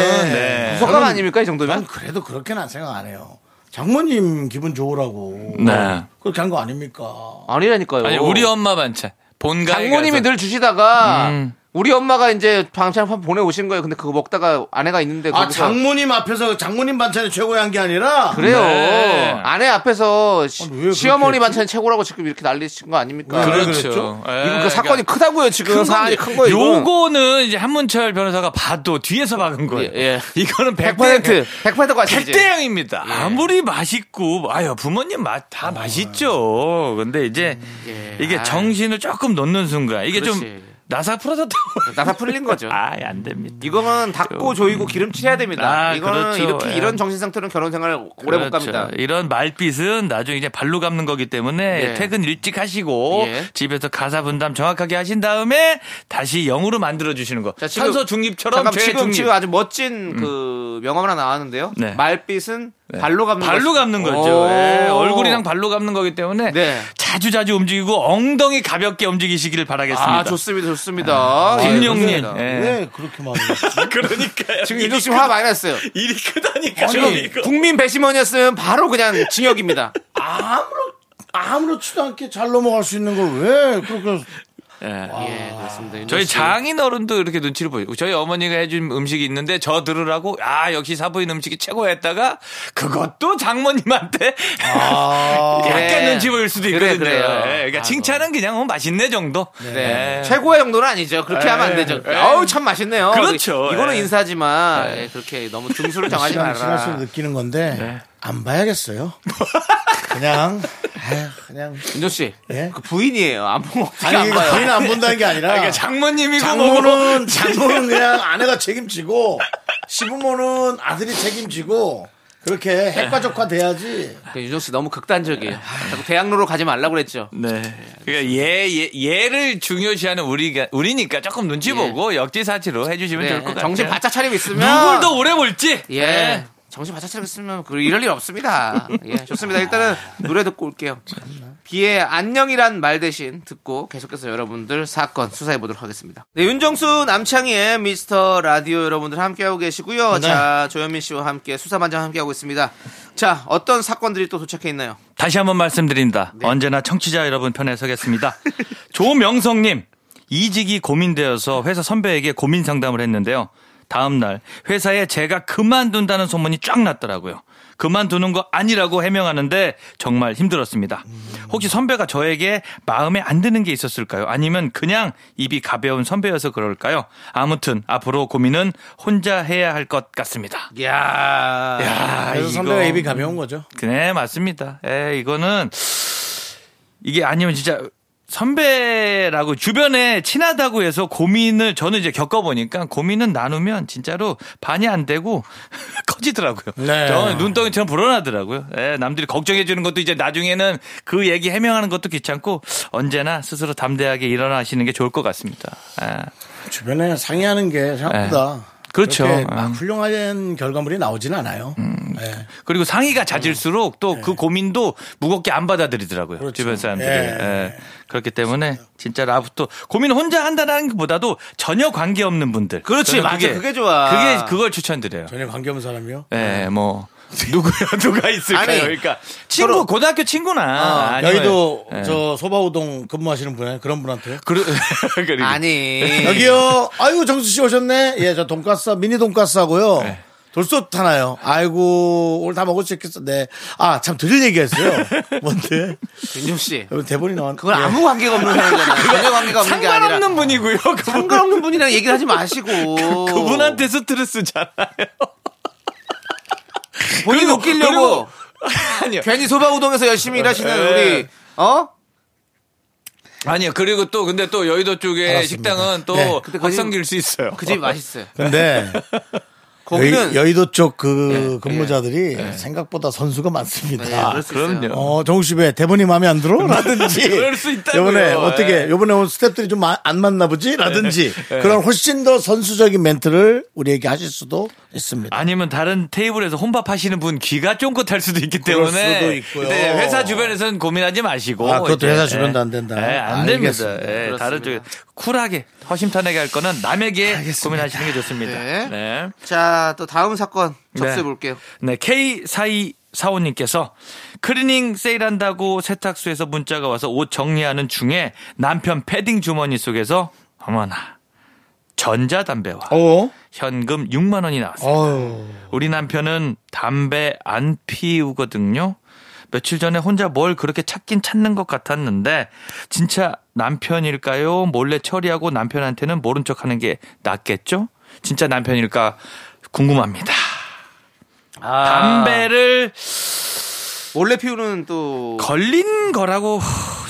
S4: 네.
S2: 속감 아닙니까, 이 정도면?
S1: 난 그래도 그렇게는 생각 안 해요. 장모님 기분 좋으라고.
S4: 네.
S1: 그렇게 한 거 아닙니까?
S2: 아니라니까요.
S4: 아니 우리 엄마 반찬 본가에
S2: 장모님이
S4: 가서-
S2: 늘 주시다가 우리 엄마가 이제 방찬판 보내 오신 거예요. 근데 그거 먹다가 아내가 있는데
S1: 아,
S2: 그러니까 거기서
S1: 장모님 앞에서 장모님 반찬이 최고야 한 게 아니라.
S2: 그래요.
S4: 네.
S2: 아내 앞에서 시,
S1: 아니, 왜 그렇게
S2: 어머니 반찬 최고라고 지금 이렇게 난리친 거 아닙니까?
S1: 왜 그랬죠?
S4: 그렇죠. 예,
S2: 이거 그
S4: 그러니까
S2: 사건이 크다고요. 지금 사안이 큰 거예요. 이거는.
S4: 요거는 이제 한문철 변호사가 봐도 뒤에서 박은 거예요.
S2: 예, 예.
S4: 이거는
S2: 100%
S4: 100%
S2: 100% 과실이지.
S4: 100대형입니다.
S2: 예.
S4: 아무리 맛있고, 아유, 부모님 맛 다 맛있죠. 근데 이제
S2: 예.
S4: 이게
S2: 아유.
S4: 정신을 조금 놓는 순간 이게
S2: 그렇지.
S4: 좀 나사 풀어졌다고.
S2: 나사 풀린 거죠. 그렇죠.
S4: 아, 안 됩니다.
S2: 이거는 닦고 조이고 기름칠해야 됩니다.
S4: 아,
S2: 이거는
S4: 그렇죠.
S2: 이렇게
S4: 예.
S2: 이런 정신 상태로는 결혼 생활 오래 못
S4: 그렇죠.
S2: 갑니다.
S4: 이런 말빛은 나중에 이제 발로 갚는 거기 때문에
S2: 예.
S4: 퇴근 일찍 하시고
S2: 예.
S4: 집에서 가사 분담 정확하게 하신 다음에 다시 영으로 만들어 주시는 거.
S2: 자, 지금-
S4: 산소 중립처럼
S2: 잠깐
S4: 죄
S2: 지금
S4: 중립.
S2: 지금 아주 멋진 그 명함 하나 나왔는데요.
S4: 네.
S2: 말빛은 발로 감는
S4: 발로
S2: 것-
S4: 감는 거죠.
S2: 오. 아,
S4: 예, 얼굴이랑 발로 감는 거기 때문에
S2: 네.
S4: 자주 자주 움직이고 엉덩이 가볍게 움직이시기를 바라겠습니다. 아,
S2: 아 좋습니다, 좋습니다. 예,
S4: 김용님.
S2: 좋습니다.
S4: 예.
S1: 왜 그렇게 말해?
S4: 그러니까요.
S2: 지금 윤종 씨화 많이 났어요.
S4: 일이 크다니까.
S2: 지금 국민 배심원이었으면 바로 그냥 징역입니다.
S1: 아무렇, 아무렇지도 않게 잘 넘어갈 수 있는 걸 왜 그렇게.
S2: 예, 그렇습니다. 윤종
S4: 저희
S2: 씨.
S4: 장인 어른도 이렇게 눈치를 보여요. 저희 어머니가 해준 음식이 있는데 저 들으라고 아 역시 사부인 음식이 최고 했다가 그것도 장모님한테
S1: 아.
S4: 약간
S2: 그래.
S4: 눈치 보일 수도
S2: 아. 네. 그래,
S4: 있거든요. 그
S2: 그래요. 아.
S4: 러니까 칭찬은 그냥 어, 맛있네 정도.
S2: 네.
S4: 예.
S2: 최고의 정도는 아니죠. 그렇게 하면 안 되죠. 어우 참 맛있네요.
S4: 그렇죠.
S2: 이거는
S4: 예.
S2: 인사지만 예, 그렇게 너무 등수를 정하지
S1: 시간
S2: 말아라.
S1: 지날수록 느끼는 건데 안 봐야겠어요. 그냥 에휴, 그냥
S2: 윤종 씨,
S1: 예?
S2: 그 부인이에요. 안 보면 어떻게
S1: 아니
S2: 안 봐요?
S1: 부인 안 본다는 게 아니라
S4: 그러니까 장모님이고 뭐고.
S1: 장모는 장모는 그냥 아내가 책임지고 시부모는 아들이 책임지고 그렇게 핵가족화 돼야지.
S2: 그 윤종 씨 너무 극단적이에요. 자꾸 대학로로 가지 말라고 그랬죠.
S4: 네. 그러니까 예, 예, 예를 중요시하는 우리가 우리니까 조금 눈치 보고 역지사지로 해주시면
S2: 예. 네,
S4: 좋을 것 같아요.
S2: 정신 바짝 차리고 있으면
S4: 누굴 더 오래 볼지. 네.
S2: 예. 네. 정신 바짝 차리고 있으면 그 이럴 일 없습니다. 예, 좋습니다. 일단은 노래 듣고 올게요. 비의 안녕이란 말 대신 듣고 계속해서 여러분들 사건 수사해 보도록 하겠습니다. 네, 윤정수 남창희의 미스터 라디오 여러분들 함께하고 계시고요. 자, 조현민 씨와 함께 수사반장 함께하고 있습니다. 자, 어떤 사건들이 또 도착해 있나요?
S4: 다시 한번 말씀드린다.
S1: 네.
S4: 언제나 청취자 여러분 편에 서겠습니다. 조명성님, 이직이 고민되어서 회사 선배에게 고민 상담을 했는데요. 다음날 회사에 제가 그만둔다는 소문이 쫙 났더라고요. 그만두는 거 아니라고 해명하는데 정말 힘들었습니다.
S1: 음.
S4: 혹시 선배가 저에게 마음에 안 드는 게 있었을까요? 아니면 그냥 입이 가벼운 선배여서 그럴까요? 아무튼 앞으로 고민은 혼자 해야 할 것 같습니다.
S2: 이야.
S4: 야,
S1: 그래서 선배가 입이 가벼운 거죠.
S4: 네, 맞습니다. 에, 이거는 이게 아니면 진짜 선배라고 주변에 친하다고 해서 고민을 저는 이제 겪어보니까 고민은 나누면 진짜로 반이 안 되고 커지더라고요.
S1: 네.
S4: 저는 눈덩이처럼 불어나더라고요. 예, 남들이 걱정해주는 것도 이제 나중에는 그 얘기 해명하는 것도 귀찮고 언제나 스스로 담대하게 일어나시는 게 좋을 것 같습니다. 예.
S1: 주변에 상의하는 게 생각보다
S4: 네. 그렇죠.
S1: 그렇게 막
S4: 음.
S1: 훌륭한 결과물이 나오진 않아요. 네.
S4: 그리고 상의가 잦을수록 또 그 고민도 무겁게 안 받아들이더라고요.
S1: 그렇죠.
S4: 주변 사람들이.
S1: 예.
S4: 예. 그렇기 때문에 진짜 라부터 고민 혼자 한다는 것보다도 전혀 관계 없는 분들.
S2: 그렇지,
S4: 저는
S2: 맞아. 그게 좋아.
S4: 그게 그걸 추천드려요.
S1: 전혀 관계없는 사람이요.
S4: 예, 뭐 누구야 누가 있을까요?
S2: 아니,
S4: 그러니까 친구
S2: 서로-
S4: 고등학교 친구나 아니면-
S1: 여의도
S4: 예.
S1: 저 소바우동 근무하시는 분 그런 분한테
S4: 그러, 그리고
S2: 아니.
S1: 여기요. 아이고 정수 씨 오셨네. 예, 저 돈가스 미니 돈가스 하고요.
S4: 네.
S1: 돌솥 하나요. 아이고 오늘 다 먹을 수 있겠어. 네. 아 참 드릴 얘기했어요. 뭔데?
S2: 윤정 씨.
S1: 여러분 대본이 나왔.
S2: 그건 아무 관계가 없는 사람이잖아요. 전혀 관계가 없는 게 아니라.
S4: 상관없는 분이고요. 그분,
S2: 상관없는 분이랑 얘기를 하지 마시고.
S4: 그분한테 스트레스잖아요.
S2: 본인
S4: 그리고-
S2: 웃기려고
S4: 그리고- 아니요.
S2: 괜히 소바우동에서 열심히 일하시는
S4: 예.
S2: 우리 어?
S4: 아니요. 그리고 또 근데 또 여의도 쪽에
S1: 알았습니다.
S4: 식당은 또
S1: 네.
S2: 근데 거기-
S4: 확성길 수 있어요.
S2: 그 집이 맛있어요.
S1: 예. 근데
S2: 거기는
S1: 여의, 도 쪽 그
S2: 예,
S1: 근무자들이 생각보다 선수가 많습니다.
S2: 네, 그럴 수 있어요.
S4: 그럼요.
S1: 어, 정우 씨 왜 대본이 마음에 안 들어? 라든지.
S4: 그럴 수 있다고요.
S1: 이번에
S4: 예.
S1: 어떻게, 이번에 온 스탭들이 좀 안 맞나 보지? 라든지. 그런 훨씬 더 선수적인 멘트를 우리에게 하실 수도 있습니다.
S4: 아니면 다른 테이블에서 혼밥 하시는 분 귀가 쫑긋할 수도 있기
S1: 그럴
S4: 때문에
S1: 수도 있고요.
S4: 네, 회사 주변에서는 고민하지 마시고
S1: 아, 그것도
S4: 이제,
S1: 회사
S4: 예.
S1: 주변도 안 된다.
S4: 예, 안
S1: 알겠습니다.
S4: 됩니다. 예, 다른 쪽에 쿨하게 허심탄회하게 할 거는 남에게 고민하시는 게 좋습니다.
S2: 네.
S4: 네.
S2: 자, 또 다음 사건 접수해
S4: 네.
S2: 볼게요.
S4: 네, K4245님께서 클리닝 세일한다고 세탁소에서 문자가 와서 옷 정리하는 중에 남편 패딩 주머니 속에서 어머나 전자담배와
S1: 어?
S4: 현금 6만 원이 나왔습니다.
S1: 어휴.
S4: 우리 남편은 담배 안 피우거든요. 며칠 전에 혼자 뭘 그렇게 찾긴 찾는 것 같았는데 진짜 남편일까요? 몰래 처리하고 남편한테는 모른 척하는 게 낫겠죠? 진짜 남편일까 궁금합니다.
S2: 아.
S4: 담배를
S2: 몰래 피우는 또
S4: 걸린 거라고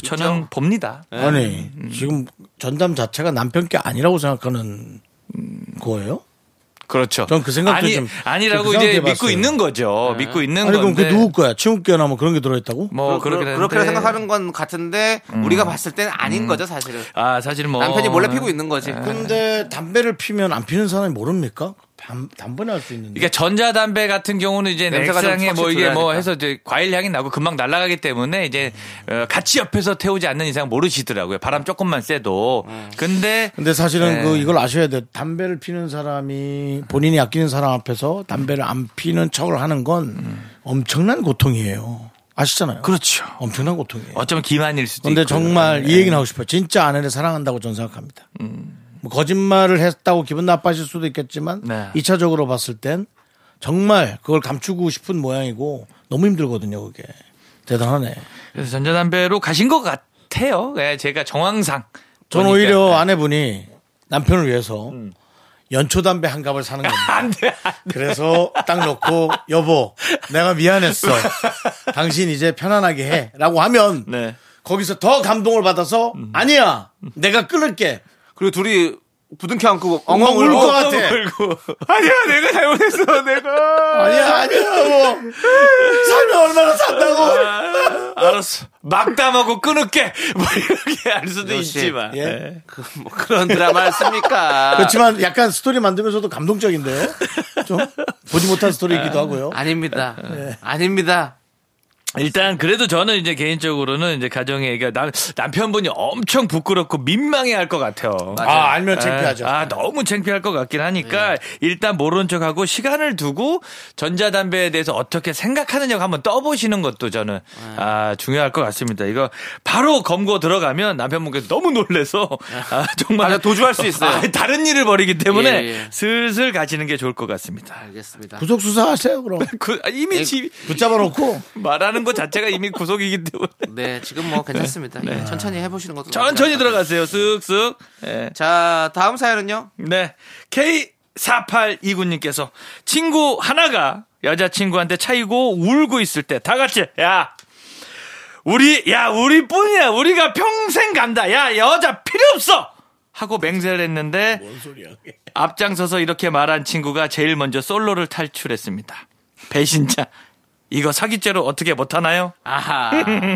S4: 저는
S2: 그렇죠.
S4: 봅니다.
S1: 아니, 지금 전담 자체가 남편 게 아니라고 생각하는 거예요?
S4: 그렇죠.
S1: 전그 생각도
S4: 아니,
S1: 좀-
S4: 아니라고
S1: 좀
S4: 이제
S1: 이상하게
S4: 믿고
S1: 봤어요.
S4: 있는 거죠.
S2: 네.
S4: 믿고 있는
S1: 아니, 그럼
S4: 건데.
S1: 그 누구 거야? 치움께나 뭐 그런 게 들어있다고?
S4: 뭐
S2: 그렇-
S4: 그렇게 음.
S2: 그렇게 생각하는 건 같은데 우리가 봤을 때는 아닌 거죠, 사실은.
S4: 아, 사실 뭐
S2: 남편이 몰래 피고 있는
S4: 네.
S2: 거지. 음.
S1: 근데 담배를 피면 안 피는 사람이 모릅니까? 담, 단번에 할 수 있는데.
S4: 그러니까 전자담배 같은 경우는 이제
S2: 냄새가 좀
S4: 액상에 뭐
S2: 확실히
S4: 이게 뭐
S2: 들어가니까.
S4: 해서 이제 과일 향이 나고 금방 날아가기 때문에 이제 어, 같이 옆에서 태우지 않는 이상 모르시더라고요. 바람 조금만 쐬도.
S2: 음.
S4: 근데
S1: 근데 사실은
S4: 네.
S1: 그 이걸 아셔야 돼요. 담배를 피는 사람이 본인이 아끼는 사람 앞에서 담배를 안 피는 척을 하는 건 엄청난 고통이에요. 아시잖아요.
S4: 음. 그렇죠.
S1: 엄청난 고통이에요.
S4: 어쩌면 기만일 수도
S1: 근데
S4: 있고.
S1: 정말 이
S4: 예.
S1: 얘기는 하고 싶어요. 진짜 아내를 사랑한다고 저는 생각합니다. 뭐 거짓말을 했다고 기분 나빠질 수도 있겠지만
S4: 음. 네.
S1: 이차적으로 봤을 땐 정말 그걸 감추고 싶은 모양이고 너무 힘들거든요, 그게. 대단하네.
S4: 그래서 전자담배로 가신 것 같아요. 예, 제가 정황상.
S1: 전
S4: 보니까. 네. 음.
S1: 오히려 아내분이 남편을 위해서 연초 담배 한 갑을 사는 겁니다. 그래서 딱 놓고 여보 내가 미안했어. 당신 이제 편안하게 해라고 하면
S4: 네. 음.
S1: 거기서 더 감동을 받아서 아니야 내가 끊을게.
S2: 그리고 둘이 부둥켜 안고
S1: 엉엉
S2: 엉엉
S1: 울것
S2: 울고
S1: 같아.
S2: 아니야, 내가 잘못했어, 내가.
S1: 아니야 아니야 뭐 살면 얼마나 산다고.
S4: 알았어. 막담하고 끊을게. 뭐 이렇게 할 수도
S2: 역시.
S4: 있지만.
S1: 예.
S4: 예.
S2: 그, 뭐 그런 드라마 씁니까?
S1: 그렇지만 약간 스토리 만들면서도
S4: 아.
S1: 감동적인데요. 좀 보지 못한 스토리이기도 하고요.
S4: 네.
S2: 아닙니다. 아닙니다.
S4: 일단 그래도 저는 이제 개인적으로는 이제 가정에 얘기가 남, 남편분이 엄청 부끄럽고 민망해할 것 같아요.
S1: 아, 알면 창피하죠.
S4: 아, 너무 창피할 것 같긴 하니까 일단 모른 척하고 시간을 두고 전자담배에 대해서 어떻게 생각하느냐 한번 떠보시는 것도 저는 아, 중요할 것 같습니다. 이거 바로 검거 들어가면 남편분께서 너무 놀래서 아, 정말
S2: 아, 도주할 수 있어요.
S4: 아, 다른 일을 벌이기 때문에
S2: 예, 예.
S4: 슬슬 가시는 게 좋을 것 같습니다.
S2: 알겠습니다.
S1: 구속 수사하세요 그럼.
S4: 그, 아, 이미 지,
S1: 붙잡아 놓고
S4: 말하는 것 자체가 이미 구속이기 때문에
S2: 네, 지금 뭐 괜찮습니다. 예, 천천히 해보시는 것도
S4: 네. 천천히
S2: 나쁘지
S4: 들어가세요. 쓱쓱. 예.
S2: 않아요. 자, 다음 사연은요.
S4: 네. K4829님께서 친구 하나가 여자친구한테 차이고 울고 있을 때 다 같이 야 우리 야 우리 뿐이야 우리가 평생 간다 야 여자 필요 없어 하고 맹세를 했는데 앞장서서 이렇게 말한 친구가 제일 먼저 솔로를 탈출했습니다 배신자 이거 사기죄로 어떻게 못하나요?
S2: 아하.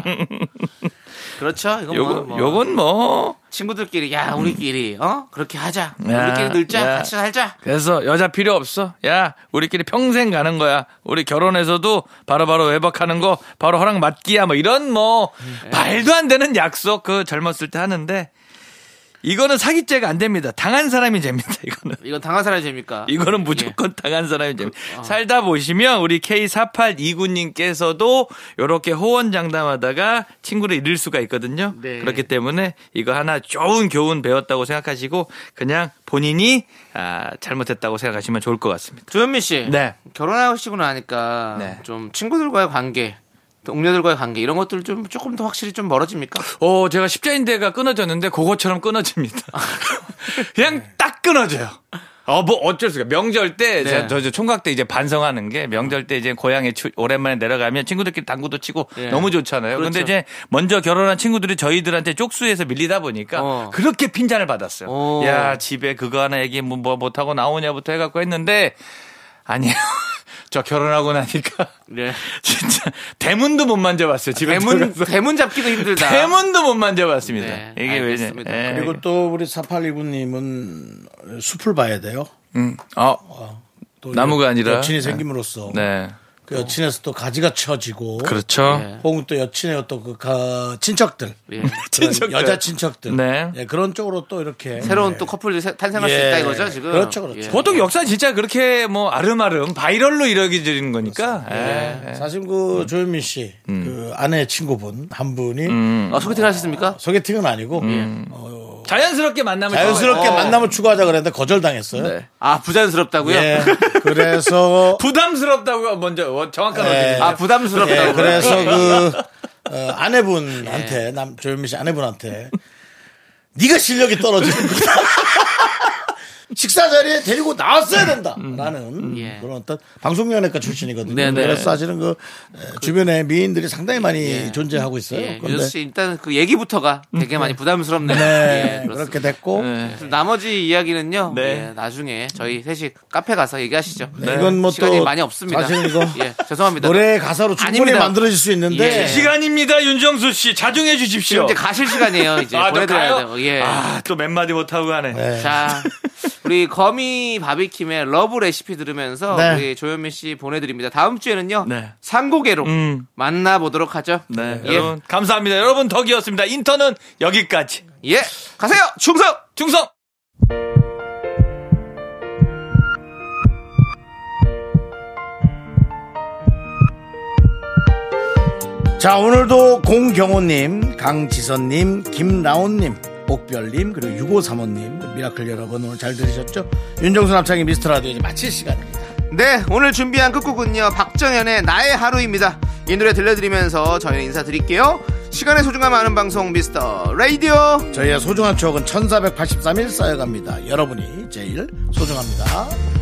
S2: 그렇죠. 이건
S4: 요거
S2: 뭐, 뭐
S4: 요건 뭐
S2: 친구들끼리 야 우리끼리 어 그렇게 하자.
S4: 야,
S2: 우리끼리 놀자.
S4: 야.
S2: 같이 살자.
S4: 그래서 여자 필요 없어. 야, 우리끼리 평생 가는 거야. 우리 결혼해서도 바로바로 외박하는 거 바로 허락 맞기야. 뭐 이런 뭐 말도 안 되는 약속 그 젊었을 때 하는데 이거는 사기죄가 안 됩니다. 당한 사람이 됩니다. 이거는.
S2: 이건 당한 사람이 됩니까? 예.
S4: 이거는 무조건 당한 사람이 됩니다. 살다 보시면 우리 K4829님께서도 이렇게 호언장담하다가 친구를 잃을 수가 있거든요.
S2: 네.
S4: 그렇기 때문에 이거 하나 좋은 교훈 배웠다고 생각하시고 그냥 본인이 아, 잘못했다고 생각하시면 좋을 것 같습니다.
S2: 조현민 씨.
S4: 네.
S2: 결혼하시고 나니까
S4: 네.
S2: 좀 친구들과의 관계, 동료들과의 관계 이런 것들 좀 조금 더 확실히 좀 멀어집니까?
S4: 오, 제가 십자인대가 끊어졌는데 그것처럼 끊어집니다. 그냥 딱 끊어져요. 아. 어, 뭐 어쩔 수가. 명절 때,
S2: 네.
S4: 제가 저, 저 총각 때 이제 반성하는 게 명절 때 이제 고향에 추- 오랜만에 내려가면 친구들끼리 당구도 치고
S2: 예.
S4: 너무 좋잖아요. 근데
S2: 그렇죠.
S4: 이제 먼저 결혼한 친구들이 저희들한테 쪽수에서 밀리다 보니까
S2: 어.
S4: 그렇게 핀잔을 받았어요.
S2: 오.
S4: 야, 집에 그거 하나 얘기 뭐, 뭐 못하고 나오냐부터 해갖고 했는데 아니요. 저 결혼하고 나니까
S2: 네.
S4: 진짜 대문도 못 만져봤어요. 집에
S2: 대문
S4: 들어가서.
S2: 대문 잡기도 힘들다.
S4: 대문도 못 만져봤습니다.
S2: 네,
S4: 이게 왜냐?
S2: 알겠습니다.
S4: 예.
S1: 그리고 또 우리 4829님은 숲을 봐야 돼요.
S4: 음, 어,
S1: 또
S4: 나무가 아니라?
S1: 여친이 생김으로써
S4: 네,
S1: 그 여친에서 또 가지가 쳐지고
S4: 그렇죠.
S2: 예.
S1: 혹은 또 여친의 어떤 그 가- 친척들
S2: 예.
S1: 그런
S4: 아, 친척들.
S1: 여자 친척들
S4: 네.
S1: 예, 그런 쪽으로 또 이렇게
S2: 새로운
S1: 예.
S2: 또 커플들 세- 탄생할 수
S1: 예.
S2: 있다 이거죠 지금.
S1: 그렇죠, 그렇죠.
S2: 예.
S4: 보통 역사 진짜 그렇게 뭐 아름아름 바이럴로 이뤄지는 거니까.
S2: 네.
S4: 예.
S1: 사실 그 조현민 씨,
S4: 음.
S1: 그 아내 친구분 한 분이
S2: 아, 소개팅 하셨습니까?
S1: 소개팅은 아니고
S2: 음.
S4: 자연스럽게 만나면
S1: 자연스럽게
S4: 좋아요. 어.
S1: 만남을 추구하자 그랬는데 거절당했어요.
S2: 아 부자연스럽다고요?
S1: 네. 예. 그래서
S4: 부담스럽다고 먼저 어, 정확한
S1: 예.
S4: 어디.
S2: 아 부담스럽다고. 예.
S1: 예, 그래서 그 어, 아내분한테 남 조현민 씨 아내분한테 네가 실력이 떨어지는 거다. 식사 자리에 데리고 나왔어야 된다라는
S2: 예.
S1: 그런 어떤 방송연예과 출신이거든요.
S2: 네네.
S1: 그래서 사실은 그 에, 주변에 미인들이 상당히 많이
S2: 예.
S1: 존재하고 있어요.
S2: 예,
S1: 그런데
S2: 유씨 일단 그 얘기부터가 되게 많이 부담스럽네요.
S1: 음. 네,
S2: 예,
S1: 그렇게
S2: 그렇게
S1: 됐고
S2: 나머지 이야기는요.
S4: 네.
S2: 예, 나중에 저희 셋이 카페 가서 얘기하시죠.
S1: 네, 이건 뭐또
S2: 시간이 많이 없습니다.
S1: 사실 이거
S2: 예, 죄송합니다.
S1: 노래 가사로 충분히
S2: 아닙니다.
S1: 만들어질 수 있는데
S2: 예.
S4: 시간입니다, 윤정수 씨. 자중해
S2: 지금
S4: 주십시오.
S2: 이제 가실 시간이에요. 이제
S4: 아, 또
S2: 보내드려야
S4: 가요?
S2: 돼요. 예.
S4: 아, 또 몇 마디 못 하고 가네.
S1: 네.
S2: 자, 우리 거미 바비킴의 러브 레시피 들으면서
S1: 네.
S2: 우리 조현민 씨 보내드립니다. 다음 주에는요.
S4: 네.
S2: 상고개로
S4: 음.
S2: 만나보도록 하죠.
S4: 네,
S2: 예.
S4: 여러분 감사합니다. 여러분 덕이었습니다. 인턴은 여기까지.
S2: 예, 가세요. 충성.
S4: 충성.
S1: 자 오늘도 공경호님, 강지선님, 김나온님, 옥별님 그리고 6535님 미라클 여러분 오늘 잘 들으셨죠? 윤정수 남창의 미스터라디오 이제 마칠 시간입니다.
S2: 네, 오늘 준비한 끝곡은요. 박정현의 나의 하루입니다. 이 노래 들려드리면서 저희는 인사드릴게요. 시간의 소중함 아는 방송 미스터 라디오.
S1: 저희의 소중한 추억은 1483일 쌓여갑니다. 여러분이 제일 소중합니다.